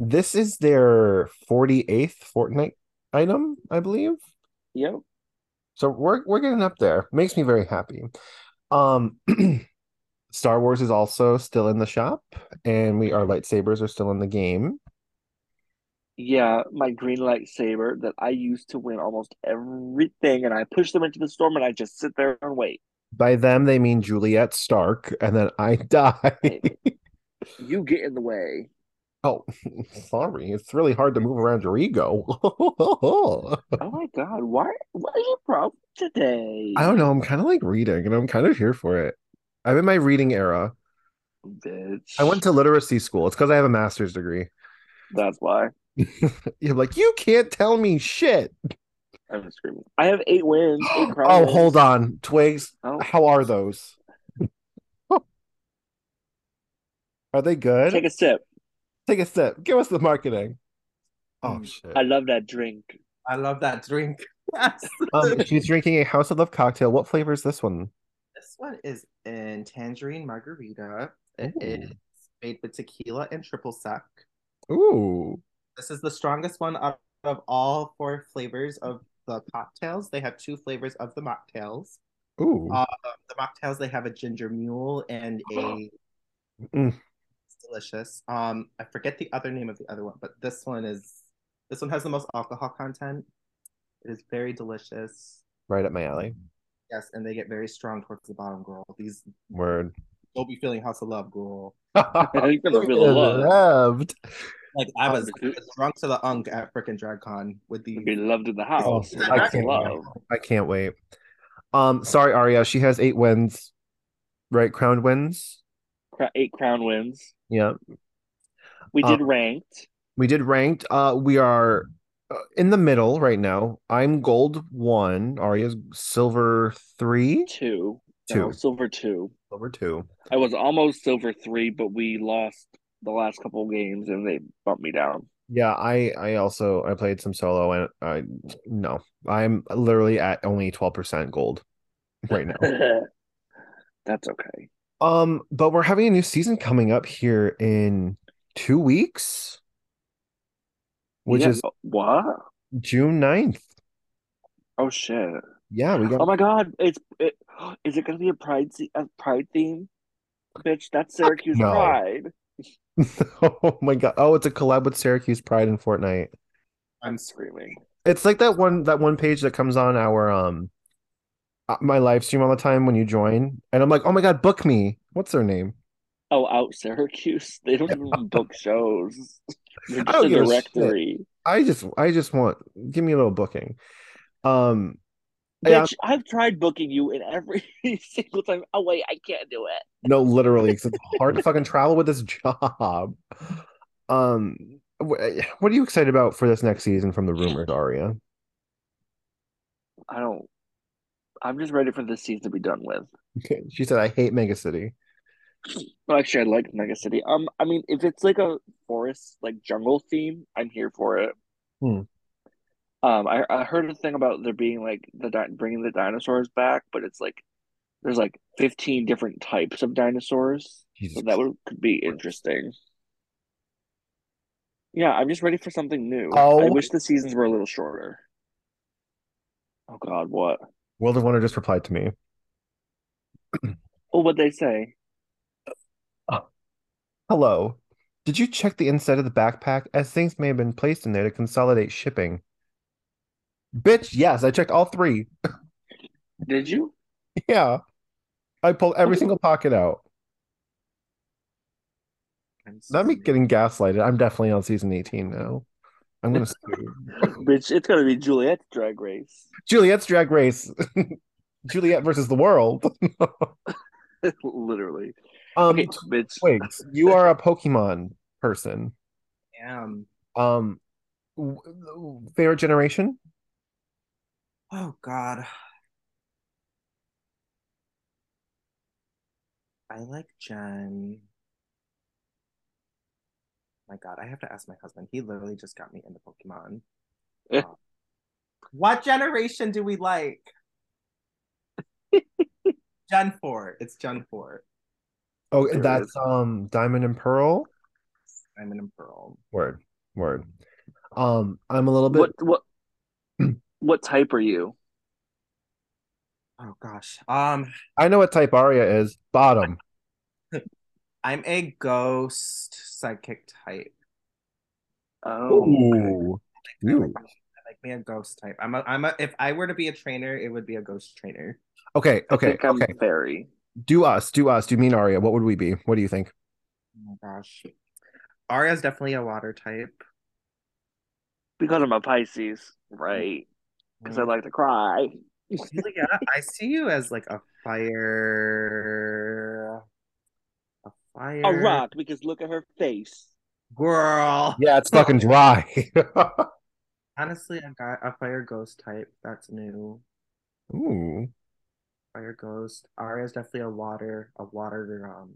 This is their 48th Fortnite item, I believe. Yep. So we're we're getting up there. Makes me very happy. Um (clears throat) Star Wars is also still in the shop and we our lightsabers are still in the game. Yeah, my green lightsaber that I used to win almost everything, and I push them into the storm, and I just sit there (laughs) and wait. By them they mean Juliet Stark and then I (laughs) die. You get in the way. oh, sorry. It's really hard to move around your ego. Oh my God, why? What is your problem today? (laughs) I don't know. I'm kind of like reading and I'm kind of here for it. I'm in my reading era. Bitch. I went to literacy school. It's because I have a master's degree. (laughs) That's why You're like, you can't tell me shit. (gasps) I'm screaming. I have eight wins, eight oh, prizes. hold on. Twigs, Oh, how are those? (laughs) are they good? take a sip. Take a sip. Give us the marketing. Oh, Mm. shit. I love that drink. I love that drink. Yes. (laughs) (laughs) Um, she's drinking a House of Love cocktail. What flavor is this one? This one is in tangerine margarita. It Ooh. is made with tequila and triple sec. Ooh. This is the strongest one out of all four flavors of the cocktails. They have two flavors of the mocktails. Ooh. Uh, The mocktails they have a ginger mule and a Mm. it's delicious. Um, I forget the other name of the other one, but this one is this one has the most alcohol content. It is very delicious. right up my alley. Yes, and they get very strong towards the bottom, girl. These (laughs) Word. don't be feeling house of love, girl. (laughs) think I'm a real love. Loved. Like I was, Um, I was drunk to the unk at frickin' drag con with the You'd be loved in the house. I That's can't love. I can't wait. Um, sorry, Aria. She has eight wins, right? Crowned wins. Cra- Eight crown wins. Yeah, We Uh, did ranked. we did ranked. Uh, we are uh, in the middle right now. I'm gold one. Aria's silver three, Two. No, two, silver two. silver two. I was almost silver three, but we lost the last couple games and they bumped me (laughs) down. Yeah, I I also I played some solo and I no, I'm literally at only twelve percent gold right now. (laughs) That's okay. Um, but we're having a new season coming up here in two weeks, which Yeah, is what? June 9th. Oh shit! Yeah, we Oh got my god! It's it, is it gonna be a pride se- a pride theme? Bitch, that's Syracuse no. pride. (laughs) oh my god. Oh, it's a collab with Syracuse Pride and Fortnite. I'm screaming. It's like that one that one page that comes on our um uh, my live stream all the time when you join. And I'm like, oh my god, book me. What's her name? Oh, out Syracuse. They don't even (laughs) book shows. They're I just don't a give a shit. directory. I just I just want give me a little booking. Um Yeah. Bitch, I've tried booking you in every (laughs) single time. Oh wait, I can't do it. No, literally, 'cause it's hard to fucking travel with this (laughs) job. Um, wh- what are you excited about for this next season from the rumors, Aria? I don't. I'm just ready for this season to be done with. (laughs) She said, "I hate Mega City." Well, actually, I like Mega City. Um, I mean, if it's like a forest, like jungle theme, I'm here for it. Hmm. Um, I I heard a thing about there being like the di- bringing the dinosaurs back, but it's like there's like 15 different types of dinosaurs, so Jesus, that would could be interesting. Yeah, I'm just ready for something new. I Oh. wish the seasons were a little shorter. Oh God, what? World of Wonder just replied to me. Oh, what they say? Hello, did you check the inside of the backpack as things may have been placed in there to consolidate shipping? Bitch, yes, I checked all three. (laughs) Did you? Yeah, I pulled every Okay. single pocket out. I'm so Not me sorry. getting gaslighted. I'm definitely on season 18 now. I'm (laughs) gonna sue. Bitch, it's gonna be Juliet's drag race. Juliet's Drag Race. (laughs) Juliet versus the world. (laughs) Literally. Um, Okay, bitch. Twigs, you are a Pokemon person. Damn. Um, w- w- favorite generation? Oh God. I like Jen. My God, I have to ask my husband. He literally just got me into Pokemon. Eh. Uh, what generation do we like? Gen 4. It's Gen 4. Oh, There it that's um Diamond and Pearl. I'm an Pearl. Word, word. Um, I'm a little bit What what (clears throat) what type are you? Oh gosh. Um, I know what type Aria is. Bottom. I'm a ghost psychic type. Oh, okay. I like, Ooh. I like me a ghost type. I'm a I'm a if I were to be a trainer, it would be a ghost trainer. Okay, (laughs) I okay, think I'm okay. fairy. Do us, do us, do me and Aria. What would we be? What do you think? Oh my gosh. Aria's definitely a water type. Because I'm a Pisces, right? Because Mm. I like (laughs) to cry. Julia, I see you as like a fire a fire A rock, because look at her face. girl. Yeah, it's fucking dry. (laughs) Honestly, I got a fire ghost type. That's new. Ooh. Fire ghost. Aria's definitely a water, a water um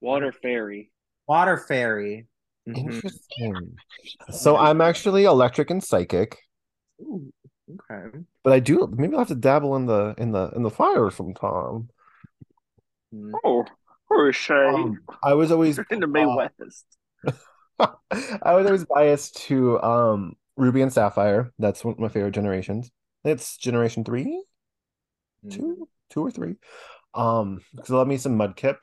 Water fairy. water fairy. Mhm. Interesting. So I'm actually electric and psychic, Ooh, okay. but I do maybe I'll have to dabble in the in the in the fire sometime. Mm. Oh, or a shade. Um, I was always (laughs) in the May uh, West. (laughs) I was always biased to um Ruby and Sapphire. That's one of my favorite generations. It's generation three, two, two or three. Um, because I love me some Mudkip.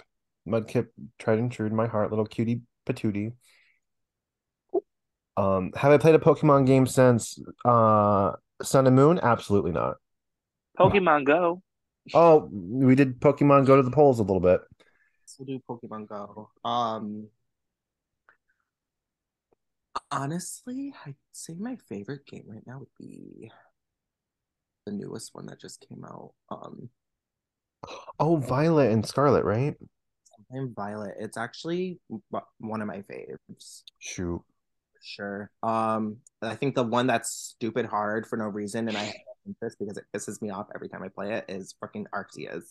Mudkip tried and true to my heart, little cutie patootie. Um, have I played a Pokemon game since uh Sun and Moon? Absolutely not. Pokemon Go. Oh, we did Pokemon go to the polls a little bit. We'll do Pokemon Go. Um, honestly, I'd say my favorite game right now would be the newest one that just came out. Um, Oh, Violet and Scarlet, right? I'm Violet. It's actually w- one of my faves. Shoot. for Sure. Um, I think the one that's stupid hard for no reason, and I hate this because it pisses me off every time I play it is fucking Arceus.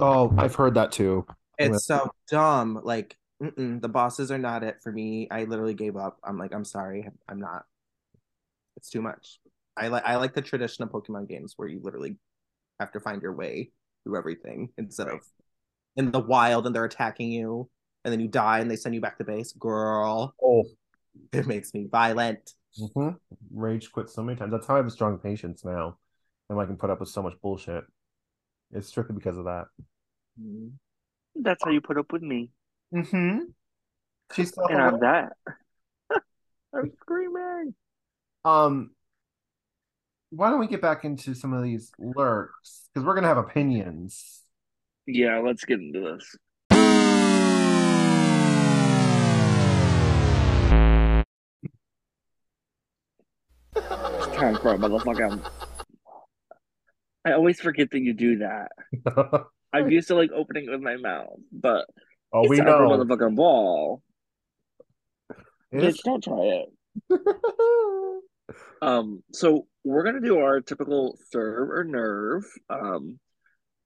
Oh, I've heard that too. It's so dumb. Like, mm-mm, the bosses are not it for me. I literally gave up. I'm like, I'm sorry, I'm not. It's too much. I like I like the traditional Pokemon games where you literally have to find your way through everything instead of in the wild and they're attacking you and then you die and they send you back to base. Girl, (laughs) Oh, it makes me violent. hmm Rage quit so many times. That's how I have a strong patience now, and I can put up with so much bullshit. It's strictly because of that. mm. Mm-hmm. That's how you put up with me. She's still And I'm that. (laughs) I'm (laughs) screaming. um. Why don't we get back into some of these lurks? Because we're gonna have opinions. Yeah, let's get into this. It's time for a motherfucking. I always forget that you do that. oh, I'm used to like opening it with my mouth, but we it's time for know. motherfucking ball. It's- Bitch, don't try it. (laughs) Um, so we're gonna do our typical serve or nerve. Um,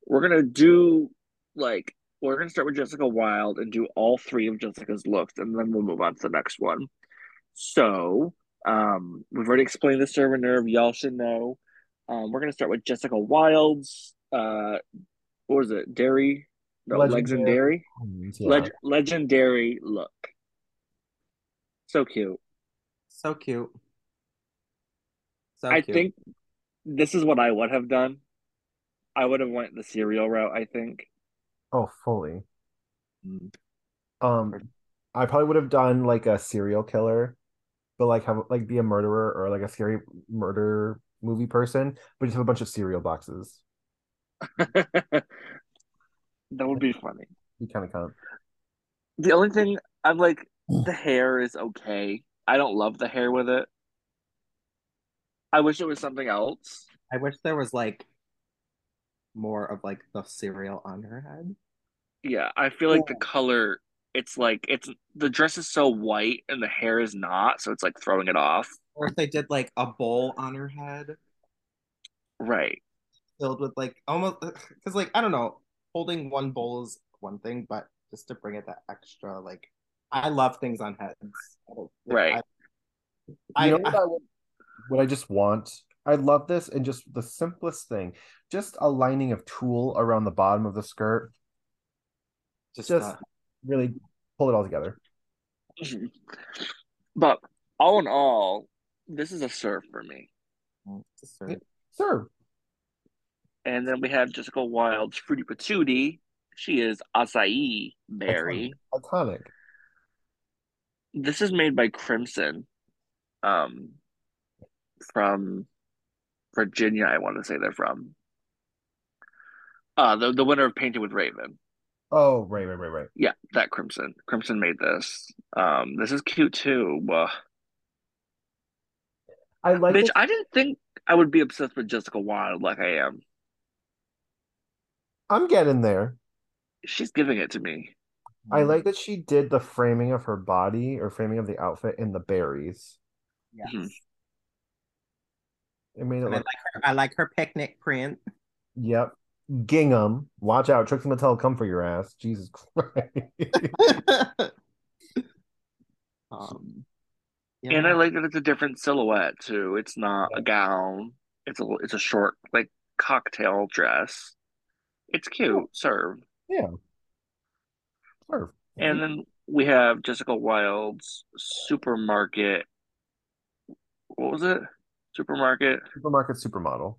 we're gonna do like we're gonna start with Jessica Wilde and do all three of Jessica's looks, and then we'll move on to the next one. So, um, we've already explained the serve or nerve. Y'all should know. Um, we're gonna start with Jessica Wilde's. Uh, what was it? Dairy. No, Legendary. legendary. Yeah. Leg- legendary look. So cute. So cute. So I cute. think this is what I would have done. I would have went the cereal route. I think (laughs) oh, fully. Mm. Um, I probably would have done like a serial killer, but like have like be a murderer or like a scary murder movie person, but just have a bunch of cereal boxes. that would be funny. You kind of count. The only thing I'm like, the hair is okay. I don't love the hair with it. I wish it was something else. I wish there was like more of like the cereal on her head. Yeah, I feel like the color. It's like it's the dress is so white and the hair is not, so it's like throwing it off. Or if they did like a bowl on her head Right. (laughs) filled with like almost because like I don't know, holding one bowl is one thing, but just to bring it that extra like I love things on heads. I don't- Right. I, You know I- what I would, what I just want? I love this and just the simplest thing, just a lining of tulle around the bottom of the skirt. just, Just not- really pull it all together. Mhm. But all in all, this is a serve for me. just sort of- Sir, And then we have Jessica Wilde's Fruity Patootie. She is acai berry. iconic. This is made by Crimson, um, from Virginia. I want to say they're from. Uh, the the winner of Painted with Raven. Oh, right, right, right, right. Yeah, that Crimson. Crimson made this. Um, this is cute too. Uh, I like bitch, it. I didn't think I would be obsessed with Jessica Wilde like I am. I'm getting there. She's giving it to me. I Mm-hmm. like that she did the framing of her body or framing of the outfit in the berries. yes. Mhm. It made it And I look like her I like her picnic (laughs) print. Yep. Gingham. Watch out. Trixie Mattel come for your ass. Jesus Christ. (laughs) um And I yeah. like that it's a different silhouette too. It's not a gown. It's a it's a short like cocktail dress. It's cute. Serve. Sure. And then we have Jessica Wilde's supermarket. What was it? Supermarket Supermarket supermodel.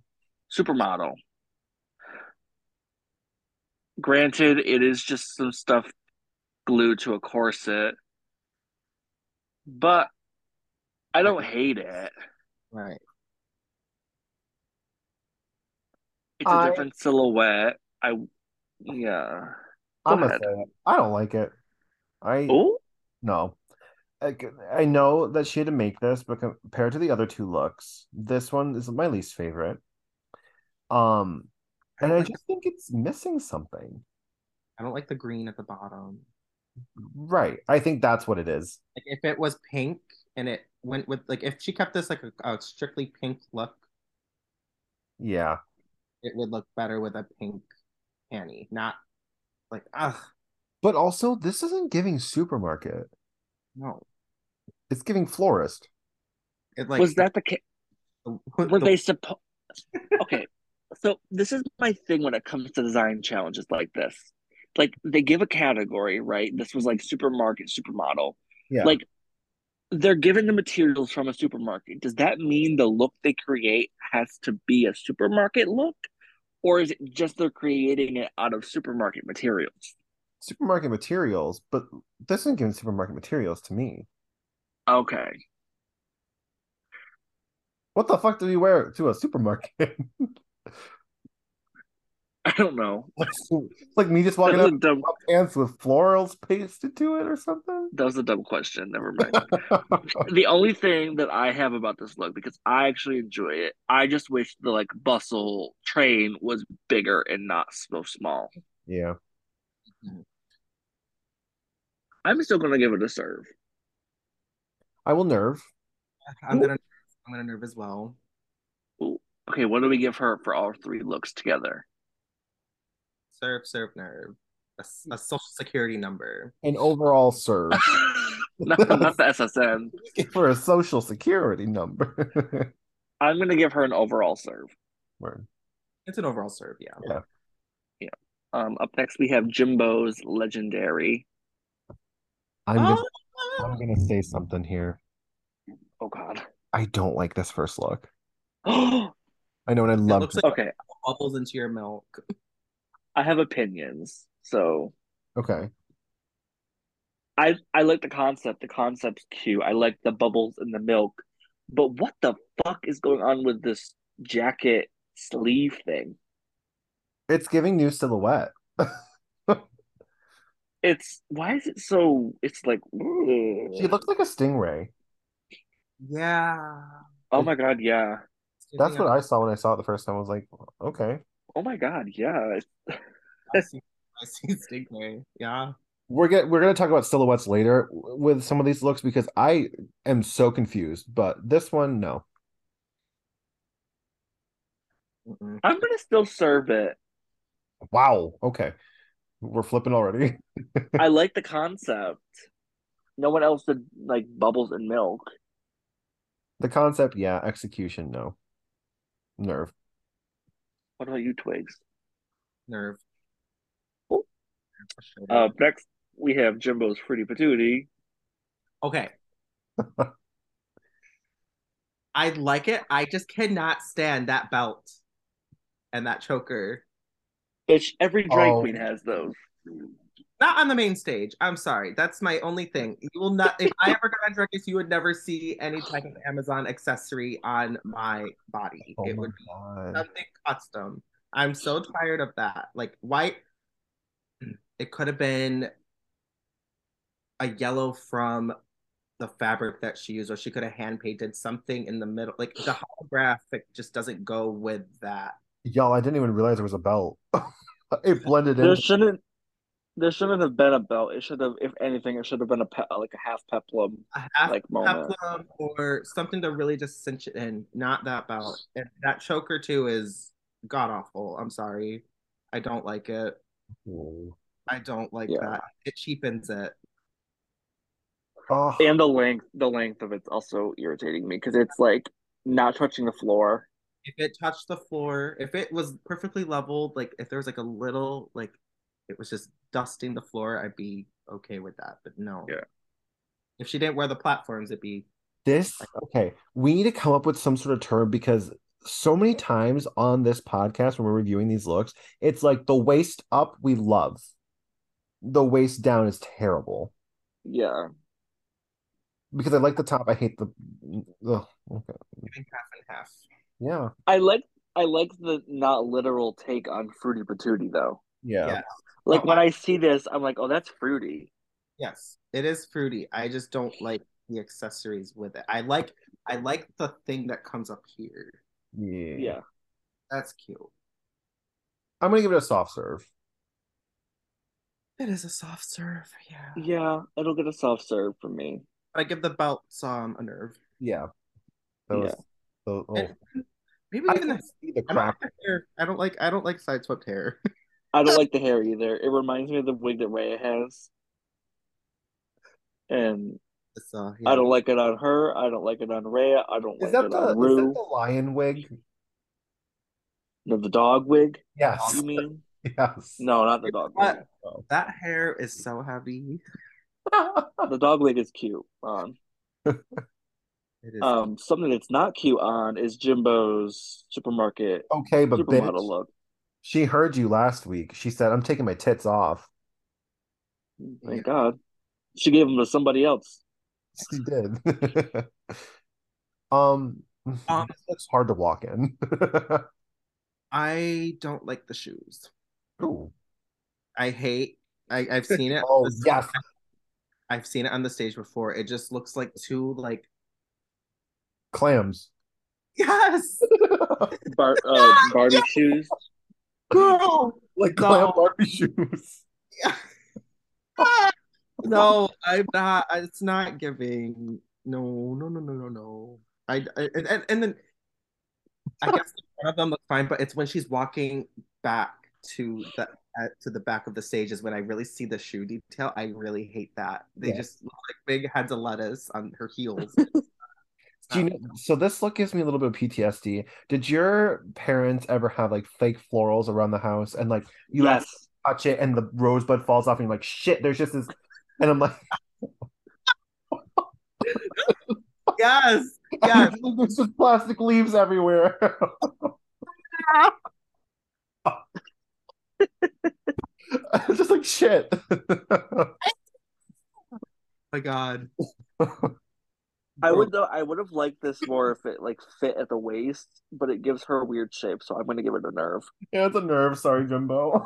supermodel. Granted, it is just some stuff glued to a corset, but I don't hate it. right. It's a I- different silhouette. I, yeah. Go I'm gonna ahead. say it. I don't like it. I Oh, no. I, I know that she had to make this, but compared to the other two looks, this one is my least favorite. Um, I and don't I like just think it's missing something. I don't like the green at the bottom. Right. I think that's what it is. Like if it was pink and it went with like if she kept this like a, a strictly pink look, Yeah. it would look better with a pink panty, not like ugh But also, this isn't giving supermarket. no. It's giving florist. It like was that the case? the- (laughs) Were the- they supposed? okay, so this is my thing when it comes to design challenges like this. Like they give a category, right? This was like supermarket supermodel. Yeah. Like they're given the materials from a supermarket. Does that mean the look they create has to be a supermarket look, or is it just they're creating it out of supermarket materials? supermarket materials, but this isn't giving supermarket materials to me. Okay, (laughs) What the fuck do you wear to a supermarket? (laughs) I don't know. it's like me just That walking was, up a dumb, in pants with florals pasted to it or something. that was a dumb question. Never mind. the only thing that I have about this look because I actually enjoy it. I just wish the like bustle train was bigger and not so small. yeah. I'm still gonna give it a serve. I will nerve. I'm gonna I'm gonna nerve as well. Okay, what do we give her for all three looks together? Serve, serve, nerve. A, s- a social security number. An overall (laughs) serve not, not the SSN. for a social security number. (laughs) I'm gonna give her an overall serve. Word. It's an overall serve, yeah. Yeah. Um, up next we have Jimbo's legendary. I'm gonna, Oh, I'm gonna say something here. Oh God. (gasps) I don't like this first look. Oh, I know, and I love looks it. like- okay. bubbles into your milk. I have opinions, so okay. I I like the concept. The concept's cute. I like the bubbles in the milk. But what the fuck is going on with this jacket sleeve thing? It's giving new silhouette. It's why is it so it's like She looks like a stingray. Yeah. Oh my god, yeah. That's what I saw when I saw it the first time. I was like, okay. Oh my god, yeah. I see. I see stingray. Yeah. we're gonna we're gonna talk about silhouettes later w- with some of these looks because I am so confused. But this one, no, Mm-mm. (laughs) I'm gonna still serve it. wow, okay, We're flipping already. (laughs) I like the concept. No one else did like bubbles and milk. The concept, yeah. Execution, no. Nerve. What about you, Twigs? Nerve. Oh. Uh, next, we have Jimbo's Fruity Patootie. (laughs) Okay. I like it. I just cannot stand that belt and that choker. Bitch, every drag Oh. queen has those. Not on the main stage. I'm sorry. That's my only thing. You will not. If I ever got on Drag Race, you would never see any type of Amazon accessory on my body. Oh it my would be god. something custom. I'm so tired of that. Like why? It could have been a yellow from the fabric that she used, or she could have hand painted something in the middle. Like (sighs) the holographic just doesn't go with that. Y'all, I didn't even realize there was a belt. (laughs) it blended in. There shouldn't. There shouldn't have been a belt. It should have, if anything, it should have been a pe- like a half peplum A half like moment. peplum or something to really just cinch it in, not that belt. And that choker too is god awful. I'm sorry. I don't like it. Ooh. I don't like Yeah. that. It cheapens it. Oh, And the length, the length of it's also irritating me because it's like not touching the floor. if it touched the floor, if it was perfectly leveled, like if there was like a little like it was just dusting the floor, I'd be okay with that. But no. Yeah. If she didn't wear the platforms, it'd be This, okay, we need to come up with some sort of term because so many times on this podcast when we're reviewing these looks, it's like the waist up we love, the waist down is terrible. Yeah, Because I like the top, I hate the. Ugh, okay. giving half and half. Yeah. I like I like the not literal take on fruity patootie though. Yeah. Yeah. Like Oh, when I see this, I'm like, oh, that's fruity. Yes. It is fruity. I just don't like the accessories with it. I like I like the thing that comes up here. Yeah. Yeah, That's cute. I'm gonna give it a soft serve. It is a soft serve, yeah. yeah, it'll get a soft serve for me. But I give the belt um a nerve. Yeah. Those, those- oh. And maybe I even can the see the I don't crap. like the hair. I don't like I don't like sideswept hair. (laughs) I don't like the hair either. It reminds me of the wig that Raya has, and It's, uh, I yeah. don't like it on her. I don't like it on Raya. I don't Is like that it the on is that Rue. the lion wig? No, the dog wig. Yes. You mean? (laughs) Yes. No, not the dog wig. What? That hair is so heavy. The dog wig is cute. On It is. um, something that's not cute on is Jimbo's supermarket (laughs) Okay, but supermodel bitch, look. she heard you last week. She said, "I'm taking my tits off." Thank Yeah. God. She gave them to somebody else. She did. (laughs) um, (laughs) Um, it's hard to walk in. (laughs) I don't like the shoes. Ooh. I hate. I, I've seen it. Oh yes. I've seen it on the stage before. It just looks like two like (laughs) Clams. yes, Bar- (laughs) uh, Barbie shoes. girl. Like No. clam Barbie (laughs) shoes. no, I'm not. It's not giving. No, no, no, no, no, no. I, I and and- and then I guess one of them looks fine, but it's when she's walking back to the uh, to the back of the stage is when I really see the shoe detail. I really hate that. They Yeah. just look like big heads of lettuce on her heels. Do you know, so this look gives me a little bit of PTSD. Did your parents ever have like fake florals around the house and like you yes. touch it and the rosebud falls off and you're like, shit, there's just this and I'm like, yes, (laughs) yes. there's just plastic leaves (laughs) everywhere. I'm just like shit. (laughs) Oh my God. I would though I would have liked this more if it like fit at the waist, but it gives her a weird shape, so I'm gonna give it a nerve. yeah, it's a nerve, sorry, Jimbo.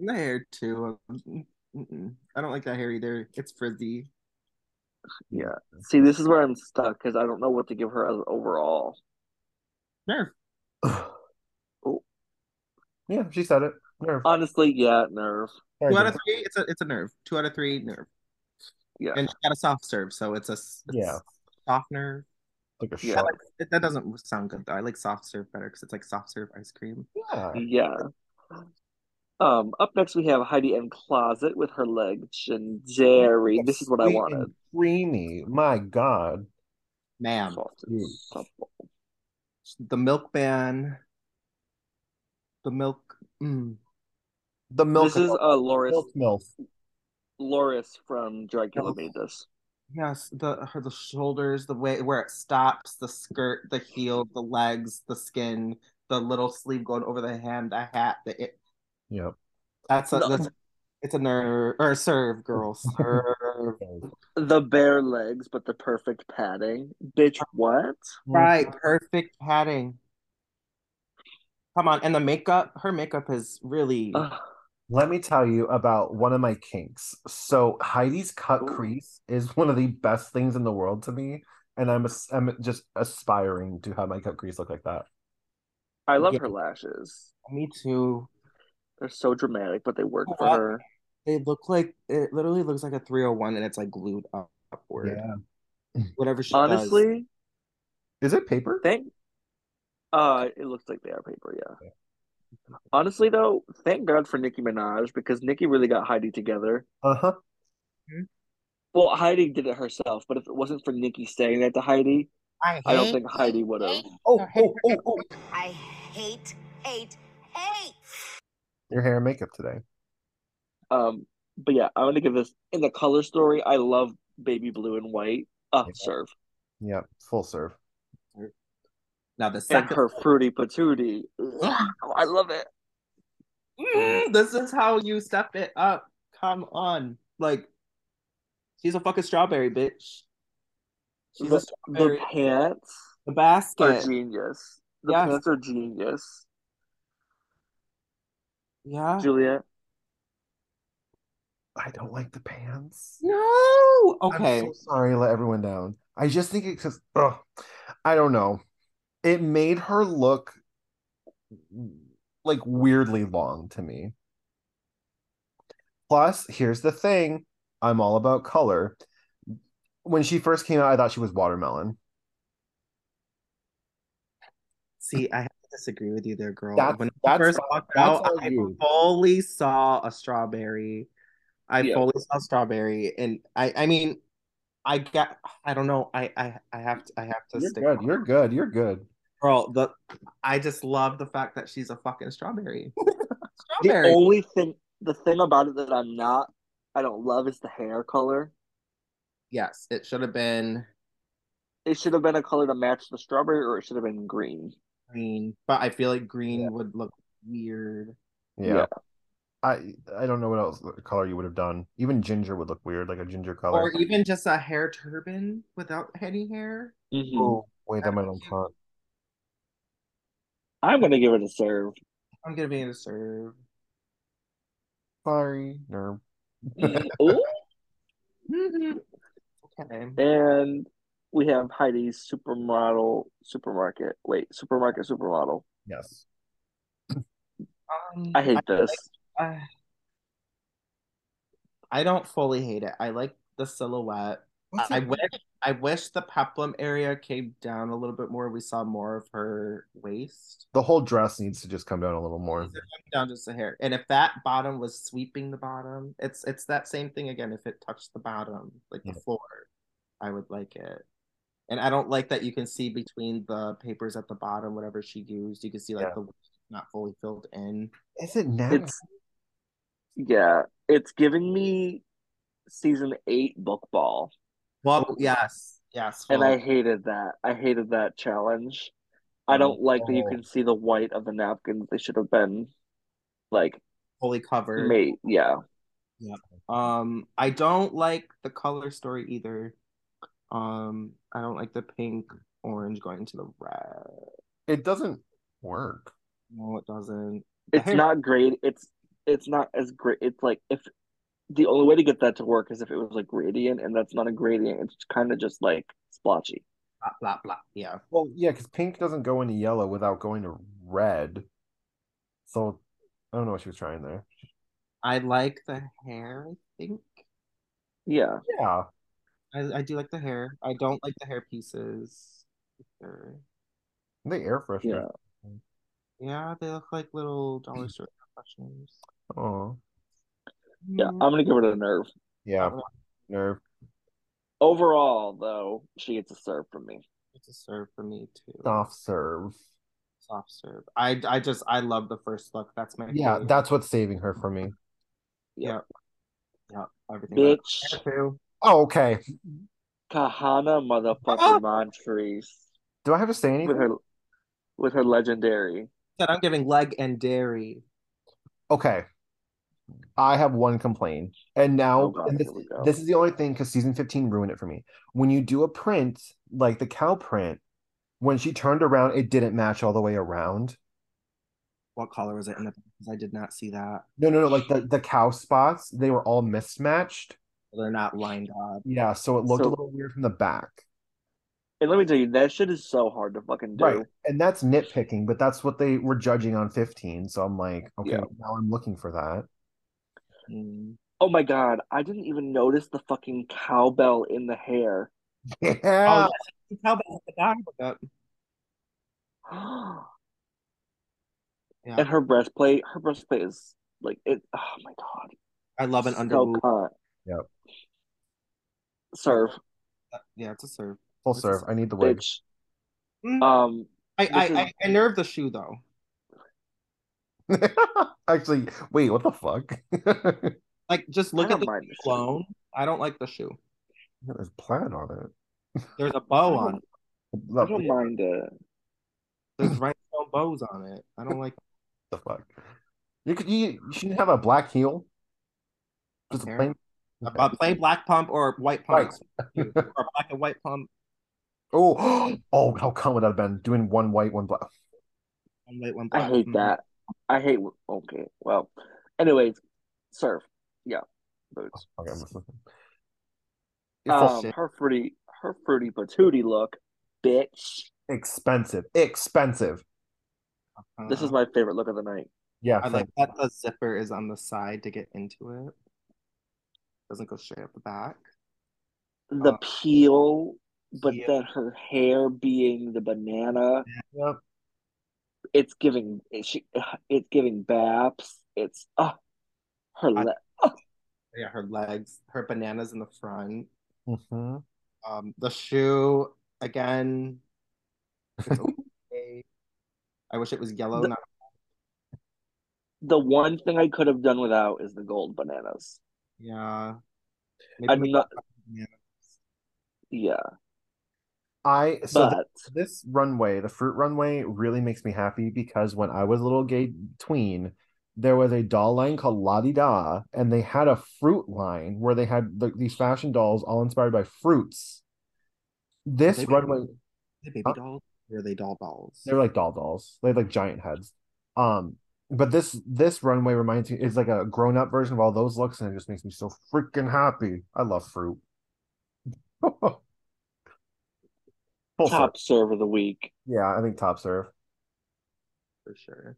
And The hair too. Um, mm-mm. I don't like that hair either. It's frizzy. Yeah. See, this is where I'm stuck because I don't know what to give her as an overall. Nerve. Oh. yeah, she said it. Nerve. Honestly, yeah, nerve. Sorry, Two out of Jimbo. three. It's a it's a nerve. Two out of three nerve. Yeah. And she got a soft serve, so it's a s- it's Yeah. soft nerve. Like a Yeah. shark. It- that doesn't sound good though. I like soft serve better because it's like soft serve ice cream. Yeah. Yeah. Um, up next we have Heidi in closet with her legendary. This is what I Sweet wanted. and Creamy. My God. ma'am. Sausage supple. The milkman. The milk. Mm. The milk. This is uh, Loris. milk, milk. Loris from Dracula Milk. made this. Yes, the her the shoulders, the way where it stops, the skirt, the heel, the legs, the skin, the little sleeve going over the hand, the hat. The it, Yep. that's a No. that's it's a nerve or serve, girl, serve. The bare legs, but the perfect padding. Bitch, what? right, perfect padding. Come on, and the makeup, her makeup is really Ugh. Let me tell you about one of my kinks. So Heidi's cut Ooh. crease is one of the best things in the world to me, and I'm as- I'm just aspiring to have my cut crease look like that. I love Yeah. her lashes. me too. They're so dramatic, but they work for What? her. They look like it literally looks like a 301 and it's like glued up upward. (laughs) Whatever she does. Honestly, Is it paper? thank. Uh, it looks like they are paper. Yeah. Honestly, though, thank God for Nicki Minaj because Nicki really got Heidi together. Uh-huh. Well, Heidi did it herself, but if it wasn't for Nicki saying that to Heidi, I don't hate- think Heidi would have. Oh, oh, oh, oh. I hate, hate, hate. Your hair and makeup today. Um, but yeah, I'm gonna give this in the color story. I love baby blue and white. Uh, Yeah. serve Yep, full serve. Now the and second her fruity patootie. Ugh, I love it. Mm, this is how you step it up. Come on. Like, she's a fucking strawberry, bitch. She's a The, the strawberry. pants The are basket. genius. The Yes. pants are genius. Yeah. Juliet, I don't like the pants. No. I'm Okay. so sorry I let everyone down. I just think it's just, ugh, I don't know. It made her look like weirdly long to me. Plus, here's the thing I'm all about color. When she first came out, I thought she was watermelon. See, I have to disagree with you there, girl. That's- when I that's first on- walked that's out, on I you. fully saw a strawberry. I Yeah. fully saw strawberry, and I, I mean, I got, I don't know, I, I, I have to, I have to You're stick. good. You're good. You're good. Girl, the, I just love the fact that she's a (laughs) fucking strawberry. the strawberry. only thing, the thing about it that I'm not, I don't love is the hair color. Yes, it should have been It should have been a color to match the strawberry, or it should have been green. green, but I feel like green Yeah. would look weird. Yeah. Yeah. I I don't know what else color you would have done. Even ginger would look weird, like a ginger color. Or even just a hair turban without any hair. oh, wait, that might not count. I'm gonna give it a serve. I'm gonna be in a serve. Sorry. No. Ooh. Mm-hmm. Okay. And we have Heidi's supermodel supermarket. Wait, supermarket supermodel. Yes. Um, I hate this. I, I don't fully hate it. I like the silhouette. I wish I wish the peplum area came down a little bit more. We saw more of her waist. The whole dress needs to just come down a little more. Down just a hair. And if that bottom was sweeping the bottom, it's it's that same thing again. If it touched the bottom, like the Yeah. floor, I would like it. And I don't like that you can see between the papers at the bottom, whatever she used, you can see like Yeah. the waist not fully filled in. Is it now? It's yeah, it's giving me season eight book ball. Well, yes, yes. And well, I hated that. I hated that challenge. I don't like that you can see the white of the napkins. They should have been like fully covered. made. Yeah. Um, I don't like the color story either. Um, I don't like the pink orange going to the red. It doesn't work. No, it doesn't. The It's hair- not great. It's it's not as great. It's like if the only way to get that to work is if it was like gradient, and that's not a gradient. It's kind of just like splotchy. blah blah blah. Yeah. Well, yeah, because pink doesn't go into yellow without going to red. So I don't know what she was trying there. I like the hair, I think. Yeah. Yeah. I, I do like the hair. I don't like the hair pieces. either. They air fresheners. Yeah. Yeah, they look like little dollar store professionals. Oh, Yeah, Mm-hmm. Mm, um, I'm gonna give her the nerve. yeah. Nerve. Overall, though, she gets a serve from me. It's a serve for me too. Soft serve. Soft serve. I I just I love the first look. That's my Yeah, favorite. that's what's saving her for me. yeah everything. about Bitch, it. Too. Oh, okay. Kahana, Ah! motherfucking Montrese Do I have to say anything? with her, with her legendary. Said I'm giving leg and dairy. Okay. I have one complaint. And now Oh god, and this, here we go. this is the only thing because season 15 ruined it for me. When you do a print, like the cow print, when she turned around, it didn't match all the way around. What color was it in the? Because I did not see that. No, no, no. Like the, the cow spots, they were all mismatched. They're not lined up. Yeah, so it looked a So- little weird from the back. and let me tell you, that shit is so hard to fucking do. Right. And that's nitpicking, but that's what they were judging on 15. So I'm like, okay, Yeah. now I'm looking for that. Mm. Oh my god, I didn't even notice the fucking cowbell in the hair. Yeah. Oh, You tell by the dog look. (gasps) Yeah. And her breastplate, her breastplate is like it. Oh my god, I love an so underwood. cut. Yep. Serve, Yeah, it's a serve. Full This serve. is- I need the wig. bitch. Mm. Um, I I, This is- I I nerve the shoe though. (laughs) Actually, wait, what the fuck? (laughs) Like just I look at don't the mind shoe the shoe. alone. I don't like the shoe. There's plaid on it. There's a I bow on. don't, It. I What don't mind it. There's rhinestone bows on it. I don't like. the fuck? You could you, you shouldn't have a black heel. Just a Fair. plain. A, Okay. a plain black pump or white pump. Or a black and white pump. (laughs) Oh, (gasps) oh, how calm would that have been? Doing one white, one black. One white, one I black. hate Mm. that. I hate. Okay, well, anyways, serve. Yeah, boots. Okay, I'm listening. It's all Um, her fruity, her fruity patootie look, bitch. expensive, expensive. Uh, This is my favorite look of the night. Yeah, I same. like that the zipper is on the side to get into it. Doesn't go straight up the back. The Uh, peel, but yeah. then her hair being the banana. Yep. It's giving. She. It's giving baps. It's. Uh, her. I- Le- Yeah, her legs, her bananas in the front. hmm Um, the shoe again. It's okay. I wish it was yellow. The- not the one thing I could have done without is the gold bananas. yeah. I Maybe mean, make- not, yeah. yeah, I so th- but this runway, the fruit runway, really makes me happy because when I was a little gay tween, there was a doll line called La Di Da, and they had a fruit line where they had the, these fashion dolls all inspired by fruits. This They- runway, They baby Huh? dolls. Or are they doll dolls? they're like doll dolls. They had like giant heads. Um, but this this runway reminds me is like a grown up version of all those looks, and it just makes me so freaking happy. I love fruit. (laughs) Full top circle. serve of the week. Yeah, I think top serve. for sure.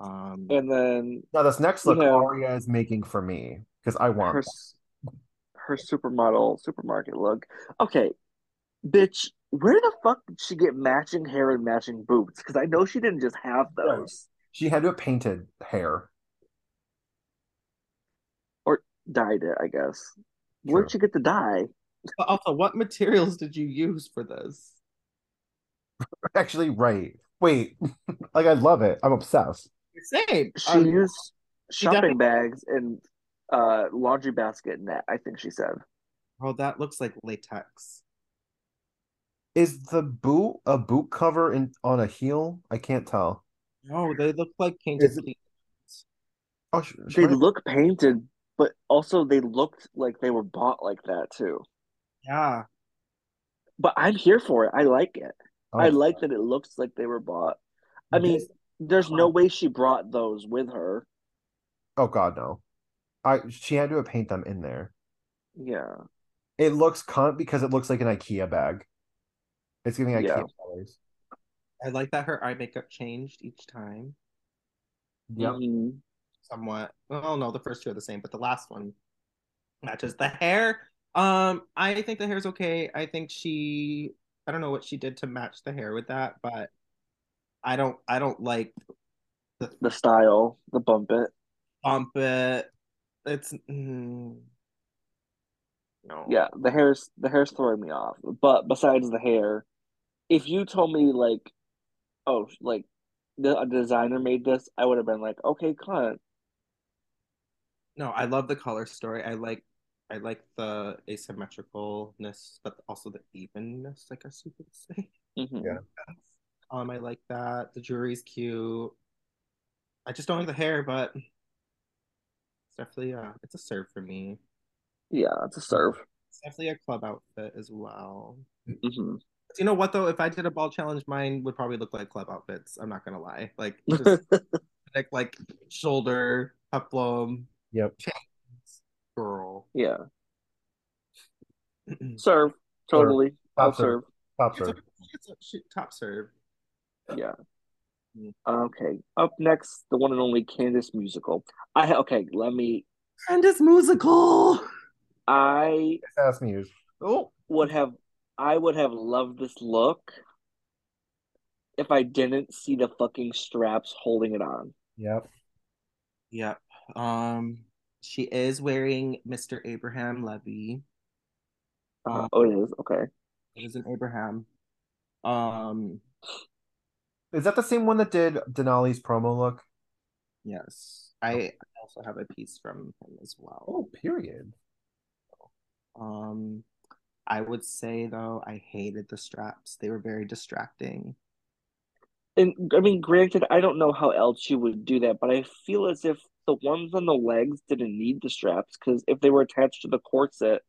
Um, And then Now this next You look know- Aria is making for me because I want her s- her supermodel supermarket look. Okay, bitch, where the fuck did she get matching hair and matching boots? Because I know she didn't just have Right. those she had to have painted hair. (laughs) dyed it. I guess where'd she get the dye? but also, what materials did you use for this? Actually, right. Wait, (laughs) like I love it. I'm obsessed. Same. She Um, used she shopping bags and uh, laundry basket net. I think she said. oh, that looks like latex. Is the boot a boot cover in on a heel? I can't tell. No, they look like painted. Is it- pleats. Oh, sh- she They might- look painted, but also they looked like they were bought like that too. Yeah. But I'm here for it. I like it. oh, I like that it looks like they were bought. I mean, this- there's no way she brought those with her. oh god, no. I she had to have paint them in there. Yeah. It looks cunt because it looks like an IKEA bag. It's giving IKEA Yeah. colors. I like that her eye makeup changed each time, Yep. Mhm. somewhat. Well, no, the first two are the same, but the last one matches the hair. Um, I think the hair's okay. I think she, I don't know what she did to match the hair with that, but I don't, I don't like The style, the bump it. bump it. It's mm, no. Yeah, the hair's the hair's throwing me off. But besides the hair, if you told me like, oh, like the, a designer made this, I would have been like, okay, cunt. No, I love the color story. I like I like the asymmetricalness, but also the evenness, I guess you could say. Mhm. Yeah. Um, I like that. The jewelry's cute. I just don't like the hair, but it's definitely uh it's a serve for me. Yeah, it's a serve. It's definitely a club outfit as well. Mm-hmm. (laughs) hmm But you know what though? If I did a ball challenge, mine would probably look like club outfits. I'm not gonna lie. (laughs) Like just like, like shoulder, peplum, Yep. girl. (clears throat) Yeah, serve totally. I'll Top serve. serve. Top It's a- serve. it's a sh- top serve. Okay, up next, the one and only Candace musical. I okay, let me. Candace musical. I Ask me yours. Oh, would have, I would have loved this look if I didn't see the fucking straps holding it on. Yep. yep. Um, she is wearing Mr. Abraham Levy. Uh, Uh, oh, it is okay. It is an Abraham. Um, Is that the same one that did Denali's promo look? yes, I also have a piece from him as well. Oh, period. Um, I would say though, I hated the straps. They were very distracting. And I mean, granted, I don't know how else you would do that, but I feel as if the ones on the legs didn't need the straps because if they were attached to the corset,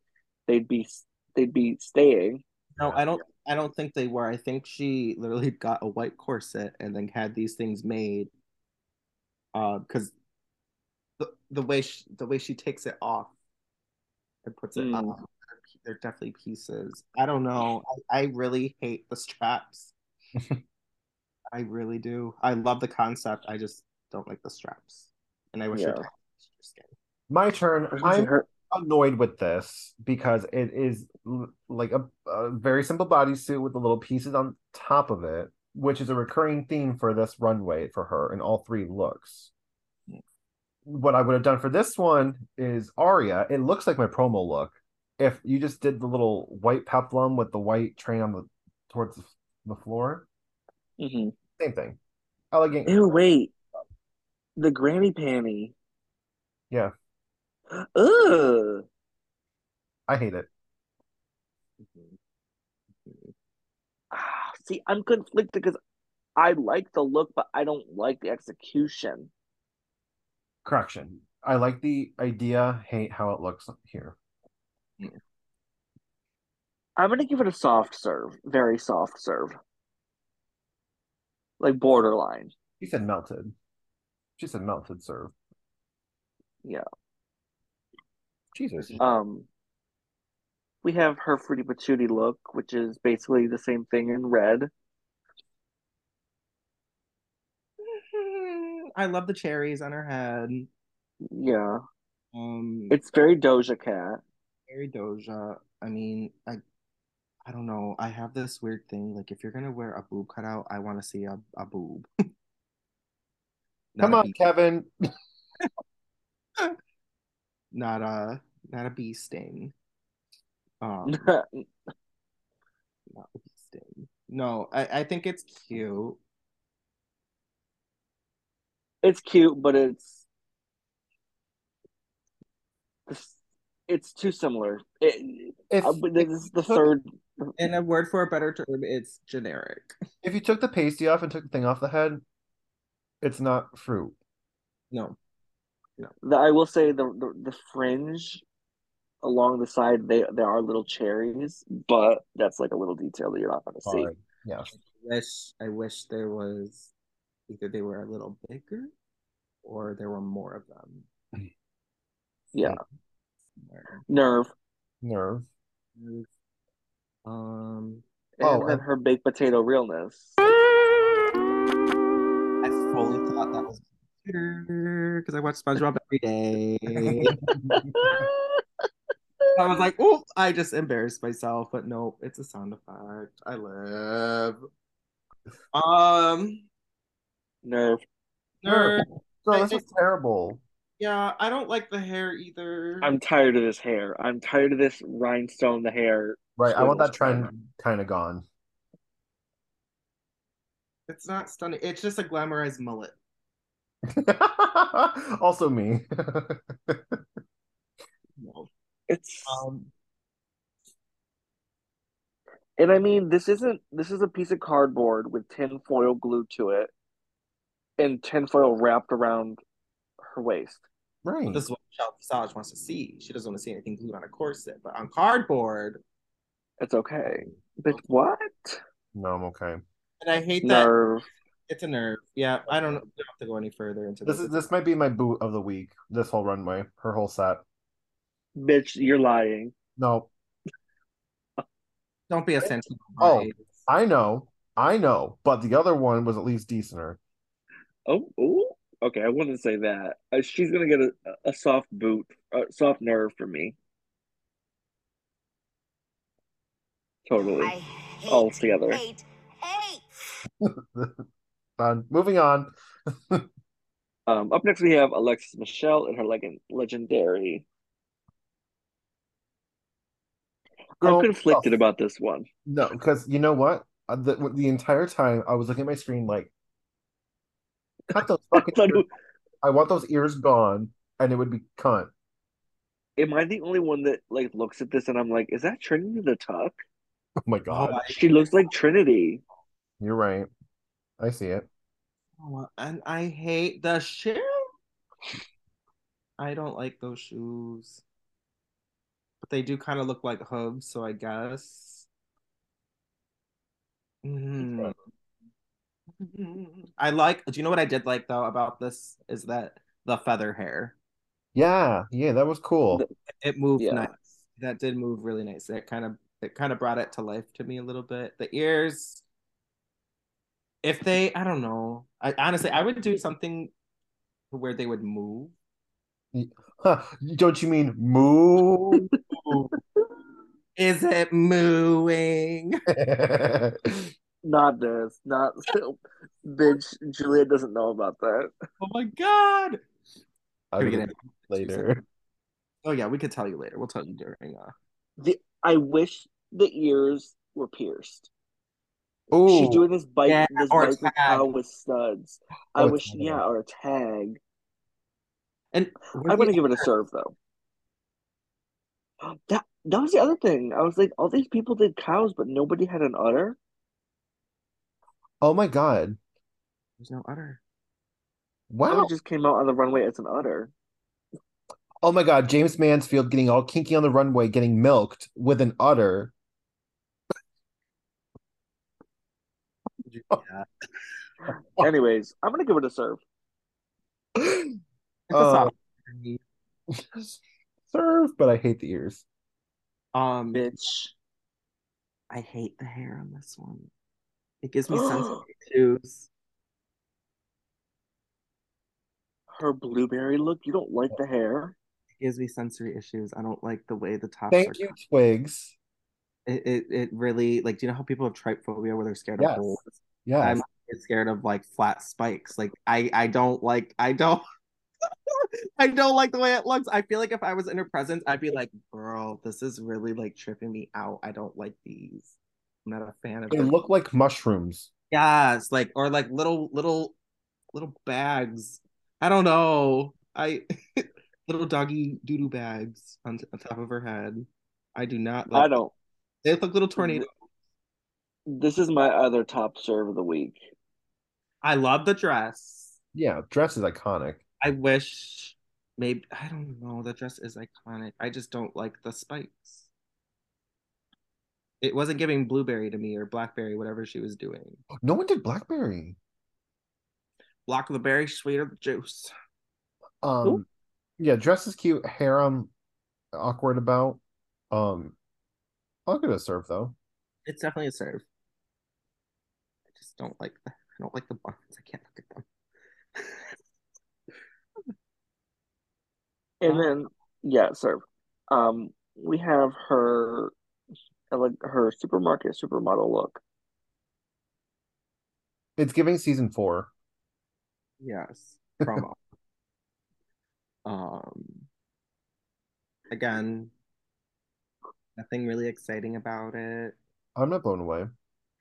they'd be they'd be staying. No, I don't. I don't think they were. I think she literally (laughs) got a white corset and then had these things made. Uh, because the the way she, the way she takes it off and puts it Mm. on, they're p- they're definitely pieces. I don't know. I, I really hate the straps. I really do. I love the concept. I just don't like the straps, and I wish Yeah. your time was your skin. My turn. I'm Her- annoyed with this because it is l- like a, a very simple bodysuit with the little pieces on top of it, which is a recurring theme for this runway for her in all three looks. What I would have done for this one is Aria. It looks like my promo look. If you just did the little white peplum with the white train on the towards the, f- the floor, Mhm. same thing. Elegant. Ew, wait. The granny panty. Yeah. Ugh. I hate it. Ah, See, I'm conflicted because I like the look, but I don't like the execution. Correction. I like the idea. Hate how it looks here. I'm gonna give it a soft serve, very soft serve, like borderline. She said melted. She said melted serve. Yeah. Jesus. Um, we have her fruity patootie look, which is basically the same thing in red. (laughs) I love the cherries on her head. Yeah, Um, it's very Doja Cat. (laughs) Very Doja. I mean, I I don't know. I have this weird thing. Like if you're gonna wear a boob cutout, I wanna see a, a boob. (laughs) Not Come a on, bee- Kevin. not a not a bee sting. (laughs) Um not a bee sting. No, I, I think it's cute. it's cute, but it's it's too similar. It, If uh, but this is the third. And a word for a better term, it's generic. if you took the pasty off and took the thing off the head, it's not fruit. No. The, I will say the, the the fringe along the side they there are little cherries, but that's like a little detail that you're not going to see. Sorry. Yes. Wish I wish there was either they were a little bigger or there were more of them. Yeah. Nerve. Nerve. Um And Oh, then and- her baked potato realness. I fully thought that was computer because I watch SpongeBob every day. I was like, oh, I just embarrassed myself, but nope, it's a sound effect. I live. Um, Nerve. Nerve. nerd. No, this was terrible. Yeah, I don't like the hair either. I'm tired of this hair. I'm tired of this rhinestone the hair. Right. I want that Squiggles. trend kind of gone. (laughs) It's not stunning. It's just a glamorized mullet. also me. (laughs) No. It's Um, and I mean this isn't this is a piece of cardboard with tin foil glued to it and tin foil wrapped around her waist. right. this is what Michelle Visage wants to see. She doesn't want to see anything glued on a corset, but on cardboard. It's okay. But what? No, I'm okay. And I hate that. Nerve. It's a nerve. Yeah, I don't, we don't have to go any further into This this. is this might be my boot of the week. This whole runway, her whole set. Bitch, you're lying. No, don't be a sentimental. Oh, bride. I know, I know, but the other one was at least decenter. Oh, ooh. okay. I wouldn't say that. Uh, she's gonna get a, a soft boot, a soft nerve for me. I Totally, hate, all together. hate, hate. Uh, moving on. Um, up next we have Alexis Michelle and her leg- legendary. Girl, I'm conflicted about this one. oh, No, because you know what? Uh, The, the entire time I was looking at my screen like, cut those fucking But ears. I want those ears gone, and it would be cunt. am I the only one that like looks at this and I'm like, is that Trinity the Tuck? Oh my God. Oh, I- She looks like Trinity. You're right. I see it. Oh, and I hate the shoe. I don't like those shoes. But they do kind of look like hooves, so I guess. Mhm. (laughs) I like, do you know what I did like though about this is that the feather hair. Yeah, yeah, that was cool. It moved Yeah. nice. That did move really nice. It kind of it kind of brought it to life to me a little bit. The ears, if they, I don't know. I honestly, I would do something where they would move. Huh, don't you mean (laughs) moo? Is it mooing? Not this. Not (laughs) bitch. Julia doesn't know about that. Oh my god! I'll Here we get get it it. later. Oh yeah, we could tell you later. We'll tell you during. Uh, I wish the ears were pierced. Ooh, She's doing this bike, Yeah, this or a biker tag. cow with studs. I Oh, a wish, tag. yeah, or a tag. and I'm gonna give it a serve though. (gasps) That that was the other thing. I was like, all these people did cows, but nobody had an udder. oh my God. There's no (laughs) udder. Wow. Udder just came out on the runway as an udder. Oh my God. James Mansfield getting all kinky on the runway, getting milked with an udder. (laughs) Oh. Anyways, I'm gonna give it a serve. It's a Oh. Uh, soft. Serve, but I hate the ears. Um, Bitch. I hate the hair on this one. It gives me (gasps) sensitive issues. Her blueberry look, you don't like the hair. gives me sensory issues. I don't like the way the tops are. Thank you, Twigs. It, it it really like. Do you know how people have tripe phobia where they're scared Yes. of holes? Yes. I'm always scared of like flat spikes. Like I I don't like I don't. (laughs) I don't like the way it looks. I feel like if I was in her presence, I'd be like, "Girl, this is really like tripping me out. I don't like these. I'm not a fan of They them." look like mushrooms. Yes, like or like little little little bags. I don't know. I (laughs) little doggy doo doo bags on, on top of her head. I do not like. I don't. They look like (laughs) little tornadoes. This is my other top serve of the week. I love the dress. Yeah, dress is iconic. I wish maybe I don't know. The dress is iconic. I just don't like the spikes. It wasn't giving blueberry to me or blackberry, whatever she was doing. No one did blackberry. Block the berry, sweeter the juice. Um, Ooh. yeah, dress is cute. Hair I'm awkward about. Um, I'll give it a serve though. It's definitely a serve. I just don't like the I don't like the buns. I can't look at them. And Wow. (laughs) then, yeah, serve. Um, we have her, like her supermarket supermodel look. It's giving season four. Yes. Promo. Um, again, nothing really exciting about it. I'm not blown away.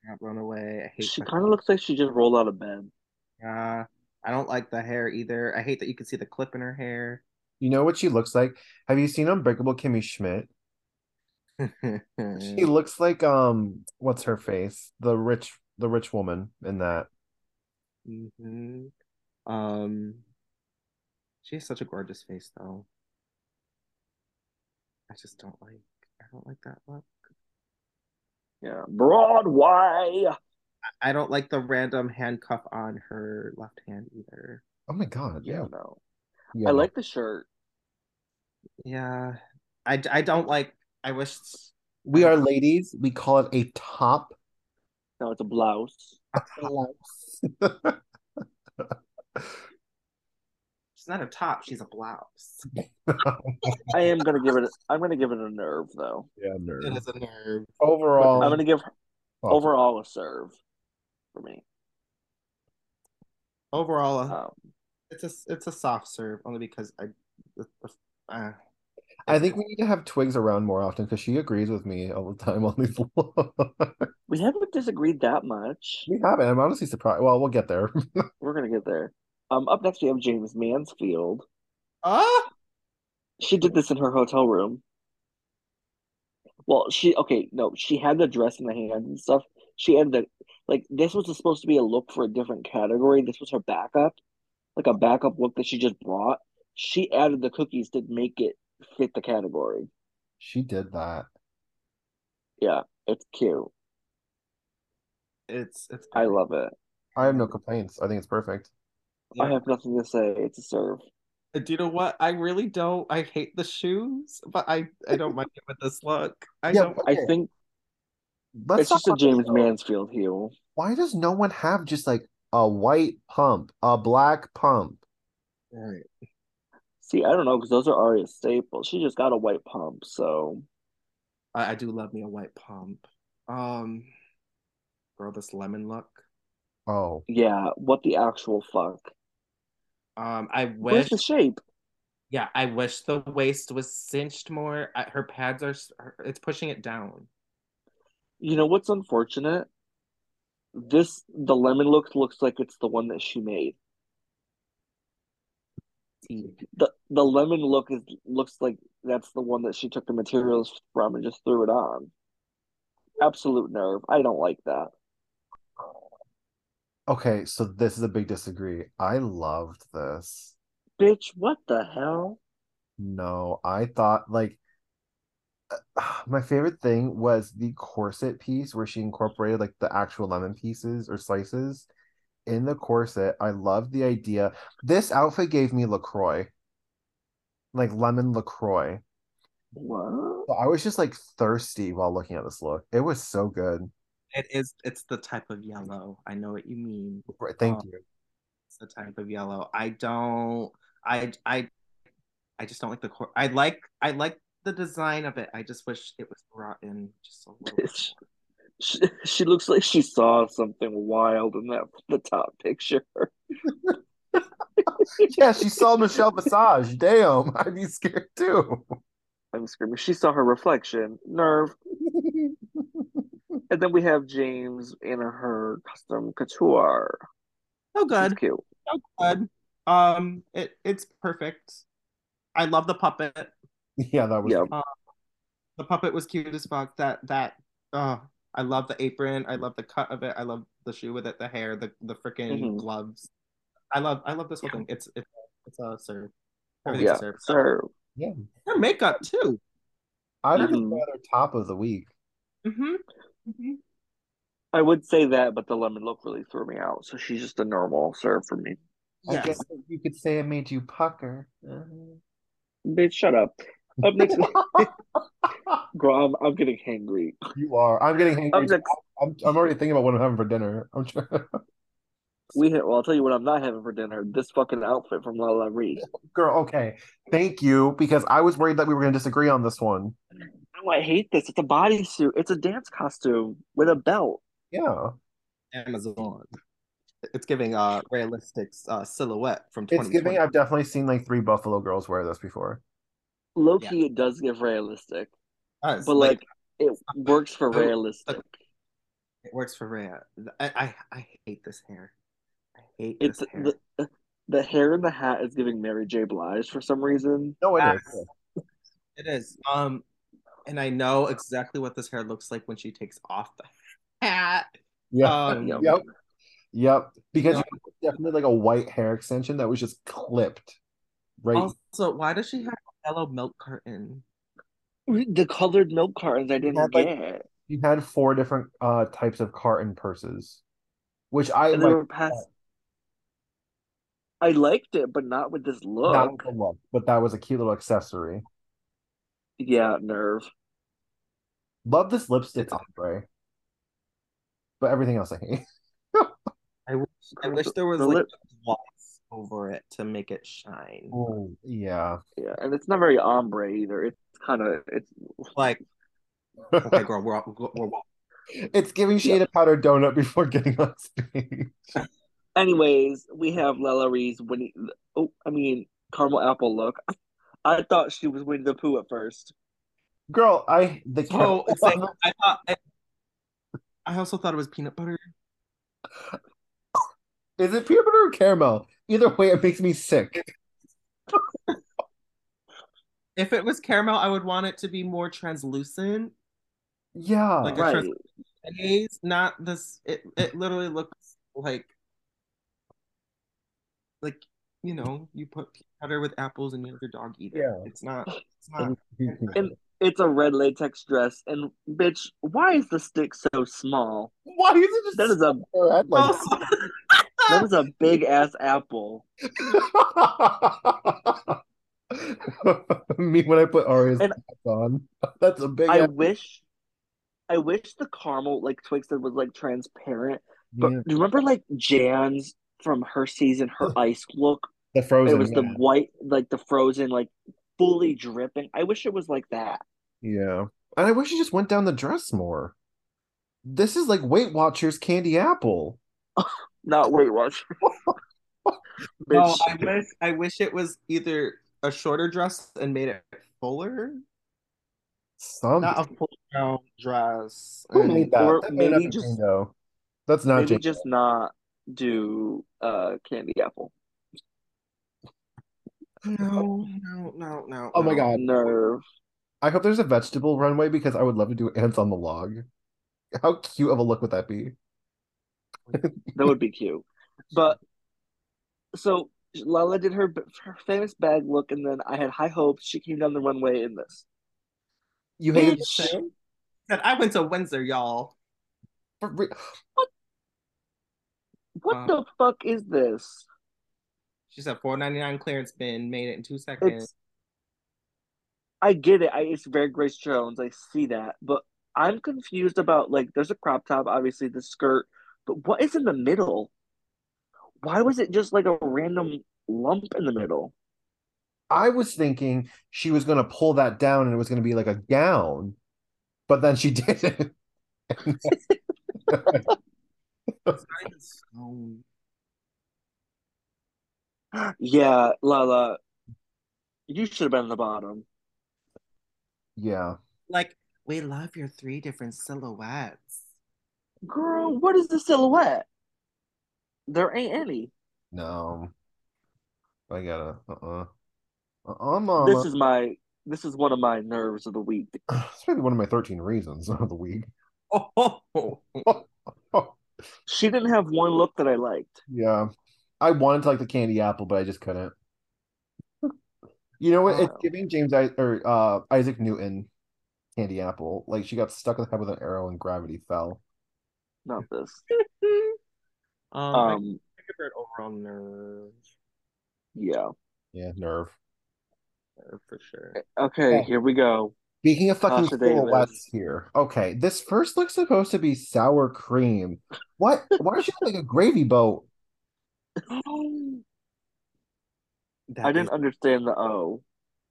Not blown away. I hate She the- kind of looks like she just rolled out of bed. Yeah, I don't like the hair either. I hate that you can see the clip in her hair. (laughs) You know what she looks like? Have you seen Unbreakable Kimmy Schmidt? She looks like um what's her face? The rich the rich woman in that. Mhm. Um, she has such a gorgeous face, though. I just don't like. I don't like that look. Yeah, Broadway. I don't like the random handcuff on her left hand either. Oh my god, yeah. Yeah, no. yeah. I like the shirt. Yeah, I, I don't like. I wish we are ladies, we call it a top No, it's a blouse. (laughs) she's not a top. She's a blouse. I am gonna give it. I'm gonna give it a nerve though. yeah, It nerd. is a nerve. Overall, I'm gonna give fuck. overall a serve for me. Overall, Um, it's a it's a soft serve only because I. The, the, uh, I think we need to have Twigs around more often because she agrees with me all the time on these. (laughs) we haven't disagreed that much. we haven't. I'm honestly surprised. Well, we'll get there. (laughs) We're gonna get there. Um, up next we have James Mansfield. Ah! She did this in her hotel room. Well, she okay, no, she had the dress in the hand and stuff. She had the like this was supposed to be a look for a different category. This was her backup, like a backup look that she just brought. She added the cookies to make it fit the category. she did that. Yeah, it's cute. It's it's. I love it. I have no complaints. I think it's perfect. I have nothing to say. It's a serve. Do you know what? I really don't. I hate the shoes, but I I don't mind it with this look. I Yeah, don't. but- I Okay. think Let's it's just a talk about James this, though. Mansfield heel. Why does no one have just like a white pump, a black pump? Right. See, I don't know because those are Aria's staples. She just got a white pump, so I, I do love me a white pump. Um, girl, this lemon look. Oh, yeah. What the actual fuck? Um, I Where's wish. the shape? Yeah, I wish the waist was cinched more. I, her pads are. s- her- It's pushing it down. You know what's unfortunate? This the lemon look looks like it's the one that she made. The the lemon look is looks like that's the one that she took the materials from and just threw it on. Absolute nerve. I don't like that. okay. So this is a big disagree. I loved this. Bitch, what the hell? No, I thought like (sighs) uh, my favorite thing was the corset piece where she incorporated like the actual lemon pieces or slices in the corset. I love the idea. This outfit gave me LaCroix, like lemon LaCroix. What? (laughs) So I was just like thirsty while looking at this look. It was so good. It is. It's the type of yellow. I know what you mean. Right, Thank Oh. you. It's the type of yellow. I don't. I I I just don't like the core. I like I like the design of it. I just wish it was brought in just a little. bit Bitch. more. She, she looks like she saw something wild in that the top picture. (laughs) Yeah, she saw Michelle Visage. Damn, (laughs) I'd be scared too. (laughs) (laughs) I'm screaming. She saw her reflection. Nerve. And then we have James in her custom couture. So She's good. cute. So good. Um, it it's perfect. I love the puppet. yeah, that was Yeah. The puppet was cute as fuck. That that. Uh, I love the apron. I love the cut of it. I love the shoe with it. The hair. The the freaking Mhm. gloves. I love I love this whole thing. It's it's it's a serve. Everything's Yeah. a serve. Sir. Her makeup too. I don't Mhm. know another top of the week. Mm-hmm. mm-hmm. I would say that, but the lemon look really threw me out. So she's just a normal serve for me. I guess you could say it made you pucker. Bitch, shut up. (laughs) Up next, girl, I'm, I'm getting hangry. you are. I'm getting hangry. Up too. next, I'm, I'm already thinking about what I'm having for dinner. I'm trying. we hit. Well, I'll tell you what I'm not having for dinner. This fucking outfit from La La Ree. (laughs) Girl, okay. Thank you, because I was worried that we were going to disagree on this one. Oh, I hate this. It's a bodysuit. It's a dance costume with a belt. Yeah. Amazon. It's giving uh realistic uh silhouette from It's 2020. giving. I've definitely seen like three Buffalo girls wear this before. Low key, it does give realistic, Us, but like, it works for Oh, realistic. it works for Rhea. I, I I hate this hair. I hate It's this hair. the the hair in the hat is giving Mary J. Blige for some reason. No, it Facts. is. It is. Um, and I know exactly what this hair looks like when she takes off the hat. Yeah. Um, Yum. Yep. Yep. Because No. you definitely like a white hair extension that was just clipped. Right. Also, why does she have a yellow milk carton? The colored milk cartons I didn't had, like, get, you had four different uh types of carton purses, which I and they like were past. I liked it, but not with this look. not with the look, but that was a cute little accessory. Yeah, nerve. Love this lipstick on Bray. But everything else I hate. (laughs) I wish there was The like lip- a gloss over it to make (laughs) it shine. Oh yeah. Yeah, and it's not very ombre either. It's kind of it's Like, okay, girl, we're all, we're all. it's giving shade a powdered donut before (laughs) getting on stage. Anyways, we have Lala Ree's Winnie. Oh, I mean caramel apple look. (laughs) I thought she was Winnie the Pooh at first. Girl, I the Oh, it's like caramel- I thought. I, I also thought it was peanut butter. (laughs) is it peanut butter or caramel? Either way, it makes me sick. If it was caramel, I would want it to be more translucent. Yeah. (laughs) Like a right. trans- haze, not this. It it literally looks like, like you know, you put peanut butter with apples and you have your dog eat it. Yeah. It's not. It's not. And- And- It's a red latex dress, and bitch, why is the stick so small? Why is it just That is a red like Also, that is a big ass apple. (laughs) Me when I put Aria's And- hats (laughs) on. That's a big. I ass- wish, I wish the caramel like Twix that was like transparent. But Yeah, do you remember like Jan's from her season, her ice look the frozen. it was the yeah. white, like the frozen, like fully dripping. I wish it was like that. Yeah. And I wish you just went down the dress more. This is like Weight Watchers candy apple. Not (laughs) Weight Watch. no, Bitch. I wish. I wish it was either a shorter dress and made it fuller, Some not a full gown dress. who and- made that? or That may not maybe be just- Jingo. That's not Maybe Jingo. just not do uh candy apple. No, no, no, no. Oh my no. God. Nerve. I hope there's a vegetable runway because I would love to do ants on the log. How cute of a look would that be? That would be cute. But so Lala did her her famous bag look, and then I had high hopes. She came down the runway in this. You hated Bitch. this too? Said, I went to Windsor, y'all. For re- What Wow. the fuck is this? She said four ninety nine clearance bin, made it in two seconds. It's. I get it. I, it's very Grace Jones. I see that, but I'm confused about like there's a crop top, obviously the skirt, but what is in the middle? Why was it just like a random lump in the middle? I was thinking she was gonna pull that down and it was gonna be like a gown, but then she (laughs) didn't. It's not even sewn. Yeah, Lala, you should have been on the bottom. Yeah. Like, we love your three different silhouettes. (laughs) Girl, what is the silhouette? There ain't any. No. I gotta uh-uh. Uh-uh, mama. This is my this is one of my nerves of the week. It's really one of my 13 reasons (laughs) of the week. Oh, Um, She didn't have one look that I liked. Yeah. I wanted to like the candy apple, but I just couldn't. You know what? It's Wow. giving James I or uh Isaac Newton candy apple. Like she got stuck in the head with an arrow and gravity fell. Not this. um, I Um, give her an overall nerve, yeah. Yeah, nerve. nerve for sure. Okay, Okay. here we go. Speaking of fucking Tasha Davis. silhouettes here. Okay, this first looks supposed to be sour cream. What? Why is she look like a gravy boat? That I didn't is- understand the O.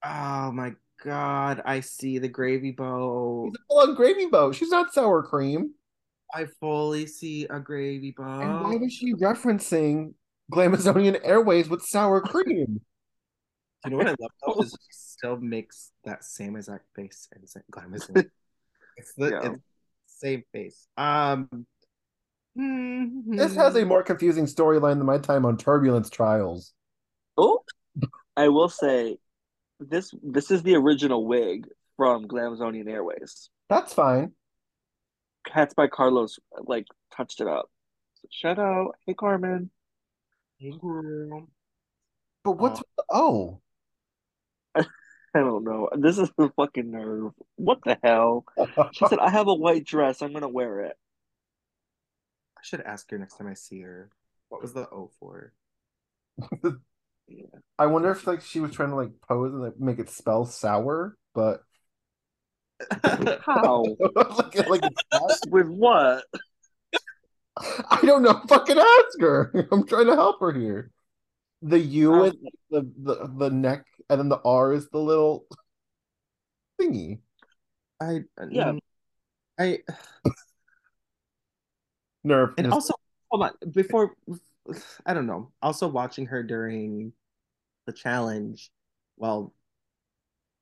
oh my god, I see the gravy boat. She's a full-on gravy boat. She's not sour cream. I fully see a gravy And why Oh. boat. was she referencing Glamazonian Airways with sour cream? you know what I love though is she still makes that same exact face and same glamazon. it's the Yeah. it's the same face. Um, hmm, This has a more confusing storyline than my time on Turbulence Trials. Oh, I will say, this this is the original wig from Glamazonian Airways. That's fine. Cats by Carlos like touched it up. Shout out, hey Carmen. hey, girl. But what's Oh. with the O? I don't know. This is the fucking nerve. What the hell? oh. She said, "I have a white dress. I'm gonna wear it." I should ask her next time I see her. What was the O for? (laughs) (laughs) I wonder if like she was trying to like pose and like make it spell sour, but (laughs) How? like, like With what? I don't know. Fucking ask her. (laughs) I'm trying to help her here. The U Um, is the, the the neck, and then the R is the little thingy. I Yeah. mm, I Nerve. and just- also hold on before I don't know. Also watching her during the challenge while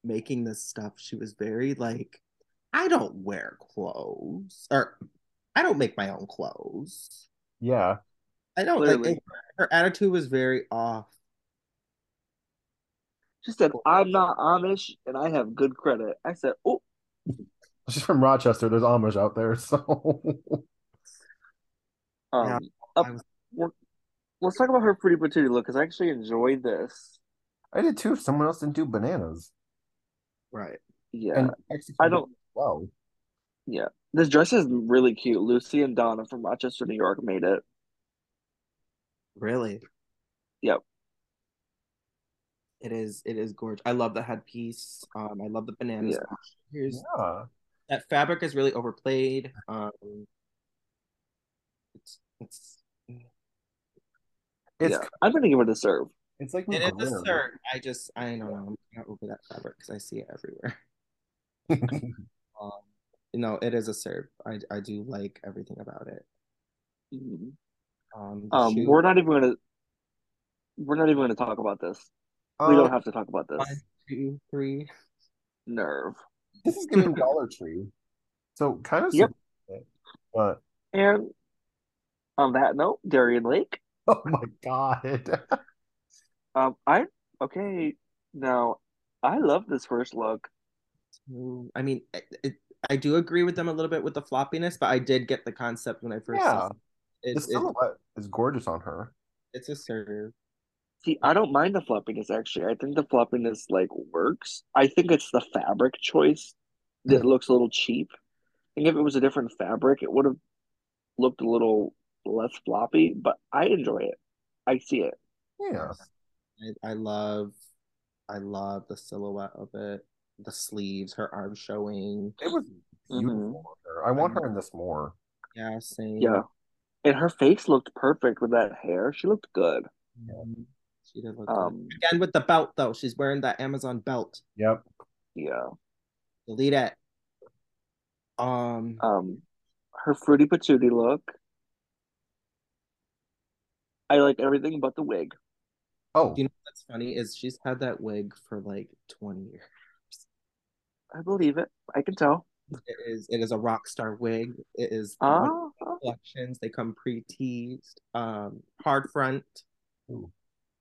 making this stuff, she was very like, I don't wear clothes or I don't make my own clothes. yeah. I don't like Clearly. it- her attitude was very off. She said, "I'm not Amish and I have good credit." I said, "Oh, She's from Rochester. There's Amish out there, (laughs) so um, Yeah, up- I was- we're- let's talk about her pretty patootie look because I actually enjoyed this." I did too. If someone else didn't do bananas, Right. Yeah, and executed I don't. well. This dress is really cute. Lucy and Donna from Rochester, New York, made it. Really. Yep. It is it is gorgeous. I love the headpiece. Um I love the bananas. Here's Yeah. that fabric is really overplayed. Um, it's it's It's yeah, I'm gonna give it a serve. it's like it with is a glitter. shirt. I just I don't know. I'm not over that fabric because I see it everywhere. (laughs) Um, no, it is a serve. I I do like everything about it. Mhm. Um, the Um, shoe- we're not even gonna. We're not even gonna talk about this. Oh, we Uh, don't have to talk about this. one, two, three. Nerve This is giving Dollar Tree. So kind of Yep. surprised, but (laughs) and. On that note, Darian Lake. oh my god. Um, I okay now. I love this first look. two. I mean, it, it, I do agree with them a little bit with the floppiness, but I did get the concept when I first yeah. saw it. It, The it. silhouette is gorgeous on her. It's a serve. See, I don't mind the floppiness actually. I think the floppiness like works. I think it's the fabric choice that looks a little cheap. I think if it was a different fabric, it would have looked a little less floppy. But I enjoy it. I see it. Yeah. I, I love, I love the silhouette of it. The sleeves, her arms showing. It was Mm-hmm. beautiful on her. I want her in this more. Yeah, same. Yeah, and her face looked perfect with that hair. She looked good. Mhm. She did look Um, good. Again with the belt though. She's wearing that Amazon belt. Yep. yeah. Delete it. Um Um, her fruity patootie look. I like everything but the wig. Oh, you know what's funny is she's had that wig for like 20 years. I believe it. I can tell. It is it is a rock star wig. It is one of Ah, the collections. They come pre-teased. Um hard front.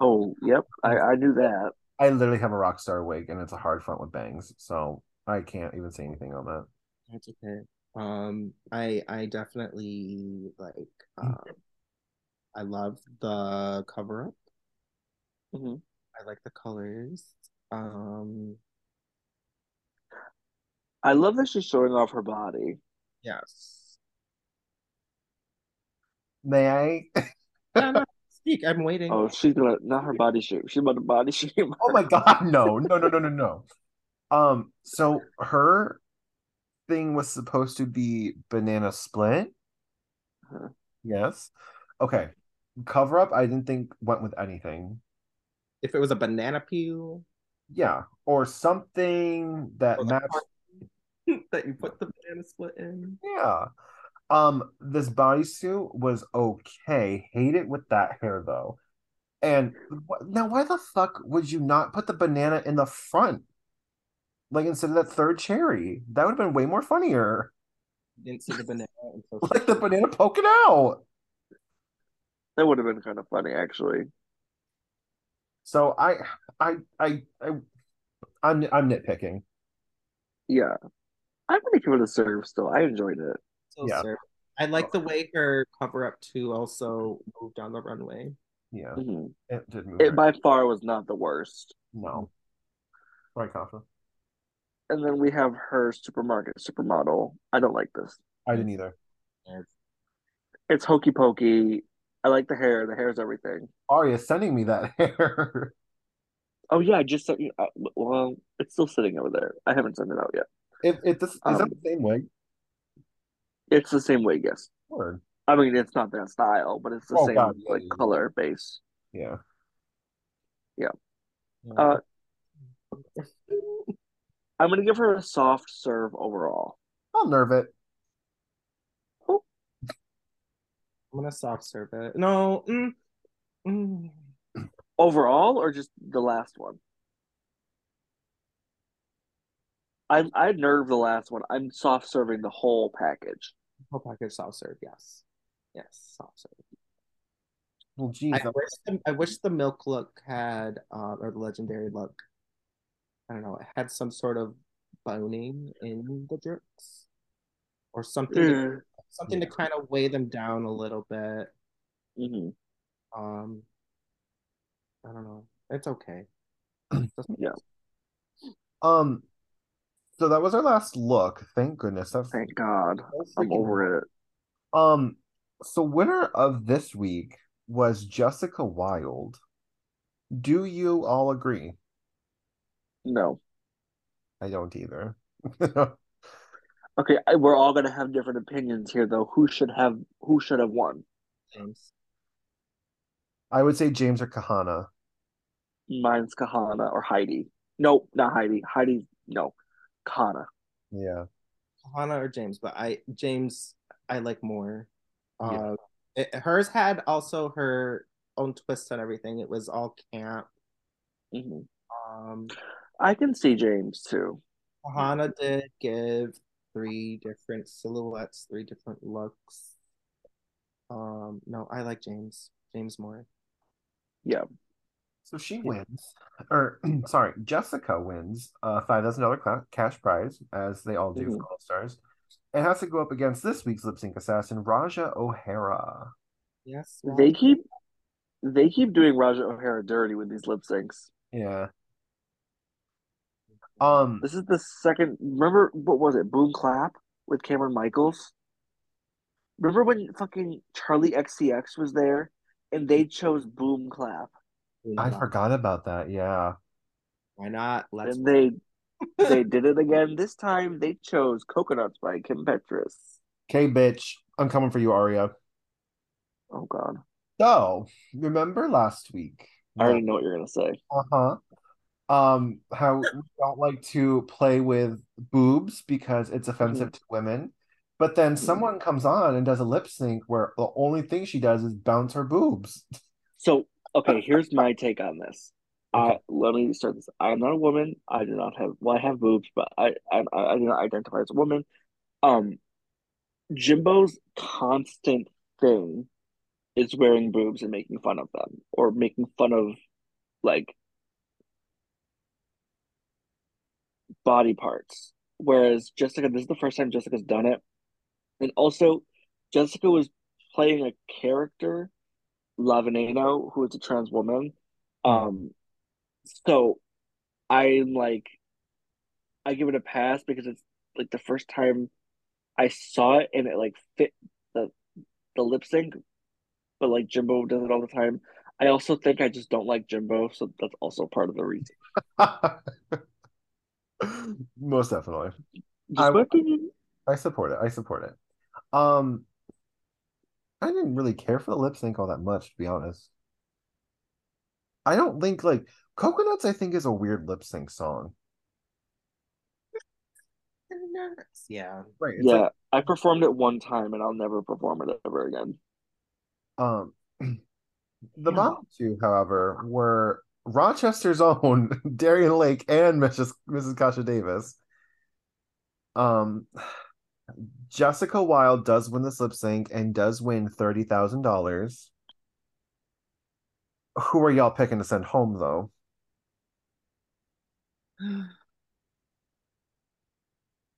oh, yep. I, I knew that. I literally have a rock star wig and it's a hard front with bangs, so I can't even say anything on that. That's okay. Um I I definitely like um I love the cover up. hmm I like the colors. Um I love that she's showing off her body. yes. May I? No, no, speak. I'm waiting. Oh, she's gonna not her body shape. She's about to body (laughs) shape. Oh my god, no, no, no, no, no, no. Um, so her thing was supposed to be banana split. Huh. Yes. Okay. Cover up, I didn't think went with anything. If it was a (laughs) banana peel Yeah. Or something that Or the matched. that you put the banana split in, Yeah. Um, this bodysuit was okay. Hate it with that hair though. And wh- now, why the fuck would you not put the banana in the front, like instead of that third cherry? That would have been way more funnier. (laughs) Didn't see the banana (laughs) until Like the banana poking out. That would have been kind of funny, actually. So I, I, I, I, I'm I'm nitpicking. Yeah, I'm gonna give it a serve. Still, I enjoyed it. so Yeah. served. I like the way her cover up too also moved on the runway. Yeah, Mhm. it did move. It her. by far was not the worst. no, sorry, Kasha. And then we have her supermarket supermodel. I don't like this. I didn't either. It's hokey pokey. I like the hair. The hair's everything. Arya sending me that (laughs) hair. Oh yeah, I just sent you. Uh, well, it's still sitting over there. I haven't sent it out yet. if if this is that Um, the same wig? It's the same wig, yes. Word. I mean, it's not that style, but it's the Oh, same God, yeah, like yeah, yeah. color base. Yeah. (laughs) Uh, I'm gonna give her a soft serve overall. I'll nerve it. I'm gonna soft serve it. No, mm, mm. Overall, or just the last one? I I nerve the last one. I'm soft serving the whole package. whole package soft serve. Yes, yes, soft serve. Well, geez, I wish the, I wish the milk look had um, or the legendary look. I don't know. It had some sort of boning in the jerks, or something, Hmm. something to kind of weigh them down a little bit. Mhm. Um, I don't know. It's okay. Yeah. um, so that was our last look. Thank goodness. That's Thank God. so I'm freaking- over it. Um, so winner of this week was Jessica Wilde. Do you all agree? No. I don't either. (laughs) Okay, I, we're all gonna have different opinions here, though. Who should have Who should have won? James. I would say James or Kahana. Mine's Kahana or Heidi. No, not Heidi. Heidi. No, Kahana. Yeah. Hannah or James, but I James I like more. Yeah. Uh, it, hers had also her own twist on everything. It was all camp. hmm Um, I can see James too. Hannah did give three different silhouettes, three different looks. Um, no, I like James. James more. So she wins, or (clears throat) sorry, Jessica wins a five thousand dollar ca- cash prize, as they all do Mm-hmm. for All Stars, and has to go up against this week's lip sync assassin, Raja O'Hara. Yes. They keep they keep doing Raja O'Hara dirty with these lip syncs. Yeah. Um. This is the second. Remember what was it? Boom clap with Cameron Michaels. Remember when fucking Charlie XCX was there and they chose Boom clap I forgot about that. Yeah. Why not? Let's. and they they did it again. This time they chose Coconuts by Kim Petras. Okay, bitch, I'm coming for you, Aria. Oh God, So remember last week? I already know what you're gonna say. Uh huh. Um, how we don't like to play with boobs because it's Mm-hmm. offensive to women. But then someone comes on and does a lip sync where the only thing she does is bounce her boobs. (laughs) So okay, here's my take on this. Okay. I let me start this. I'm not a woman. I do not have. Well, I have boobs, but I I, I do not identify as a woman. Um, Jimbo's constant thing is wearing boobs and making fun of them, or making fun of like body parts. Whereas Jessica, this is the first time Jessica's done it, and also Jessica was playing a character Lavinano, who is a trans woman. Um, so I'm like, I give it a pass because it's like the first time I saw it and it like fit the the lip sync, but like Jimbo does it all the time. I also think I just don't like Jimbo, so that's also part of the reason. Most definitely. Just I- my opinion. I support it. I support it. Um, I didn't really care for the lip sync all that much, to be honest. I don't think like Coconuts, I think is a weird lip sync song. fingers. Yeah. Right. It's yeah, like, I performed it one time and I'll never perform it ever again. um, (clears throat) the bottom two, however, were Rochester's (laughs) own Darian Lake and Mrs. Mrs. Kasha Davis. Um, Jessica Wilde does win this lip sync and does win thirty thousand dollars. Who are y'all picking to send home though?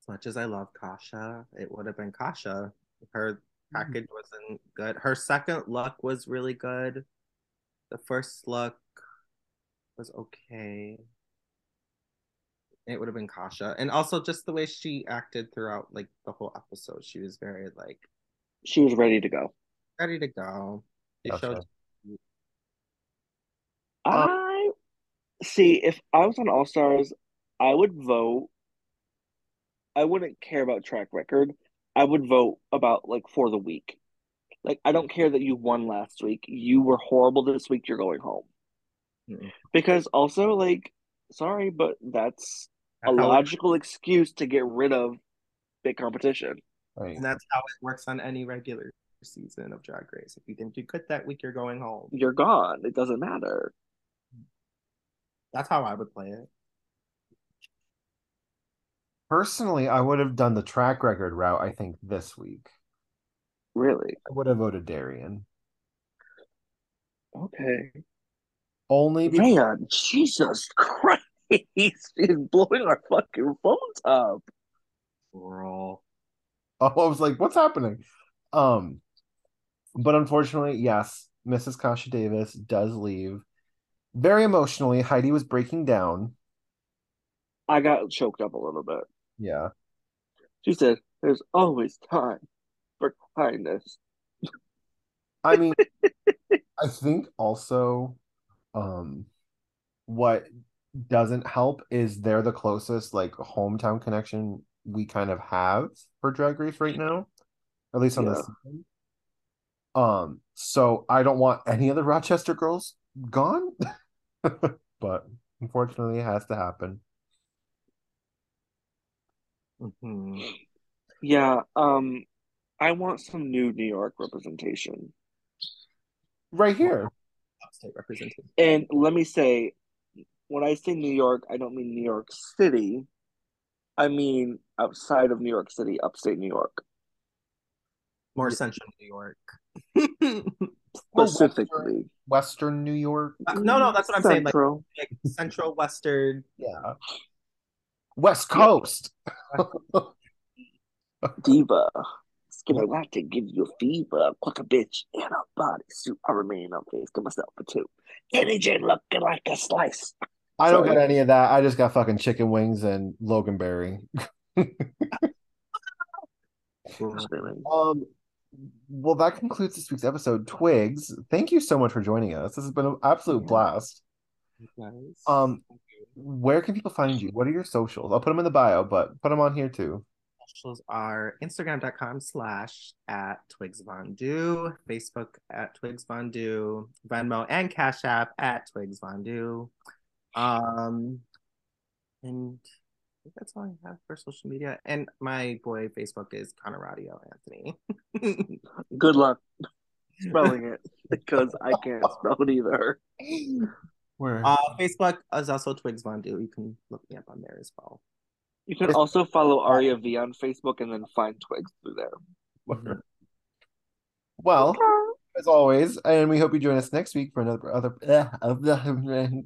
As much as I love Kasha, it would have been Kasha. Her package wasn't good. Her second look was really good. The first look was okay. It would have been Kasha. And also just the way she acted throughout like the whole episode. She was very like She was ready to go. ready to go. They Gotcha. showed I see if I was on All Stars, I would vote. I wouldn't care about track record. I would vote about like for the week. Like I don't care that you won last week. You were horrible this week. You're going home. Mm. Because also like sorry, but that's a That's how it- logical excuse to get rid of big competition. Right. and that's how it works on any regular season of Drag Race. If you didn't do good that week, you're going home. You're gone. It doesn't matter. That's how I would play it. Personally, I would have done the track record route, I think, this week. Really. I would have voted Darian. Okay. Only because Man, Jesus Christ. (laughs) He's blowing our fucking phones up. Girl. Oh, (laughs) I was like, what's happening? Um, but unfortunately, yes, Mrs. Kasha Davis does leave. Very emotionally, Heidi was breaking down. I got choked up a little bit. Yeah. She said, There's always time for kindness. I mean, I think also um what doesn't help is they're the closest like hometown connection we kind of have for Drag Race right now, at least on this season. Um, so I don't want any other (laughs) Rochester girls gone, (laughs) but unfortunately, it has to happen. hmm Yeah, um, I want some new New York representation. Right here, Upstate representation. And let me say, when I say New York, I don't mean New York City. I mean outside of New York City, upstate New York. More central New York. (laughs) Or Western, Specifically. Western New York. Oh, Uh, no, no, that's what I'm saying. Like, Central. like central western. Yeah, West Coast. Diva. Skinny latte give you a fever, quack a bitch, and a bodysuit. I remain on face, give myself a two. Any gin looking like a slice. I don't Sorry. got any of that. I just got fucking chicken wings and Loganberry. Screaming. Um, well, that concludes this week's episode. Twigs, thank you so much for joining us. This has been an absolute Yeah. blast. Nice. Um, Where can people find you? What are your socials? I'll put them in the bio, but put them on here too. socials are instagram.com slash at twigs von du facebook at twigs von du venmo and cash app at twigs von du um and I think that's all i have for social media and my boy facebook is conradio anthony (laughs) Good luck spelling it because I can't spell it either. Where? uh facebook is also twigs von du you can look me up on there as well You can also follow Aria V on Facebook and then find Twigs through there. where? Well, as always, and we hope you join us next week for another other eh,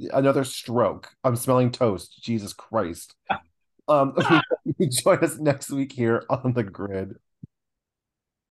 (laughs) another stroke. I'm smelling toast. (laughs) Jesus Christ. Um, we hope you join us next week here on the grid.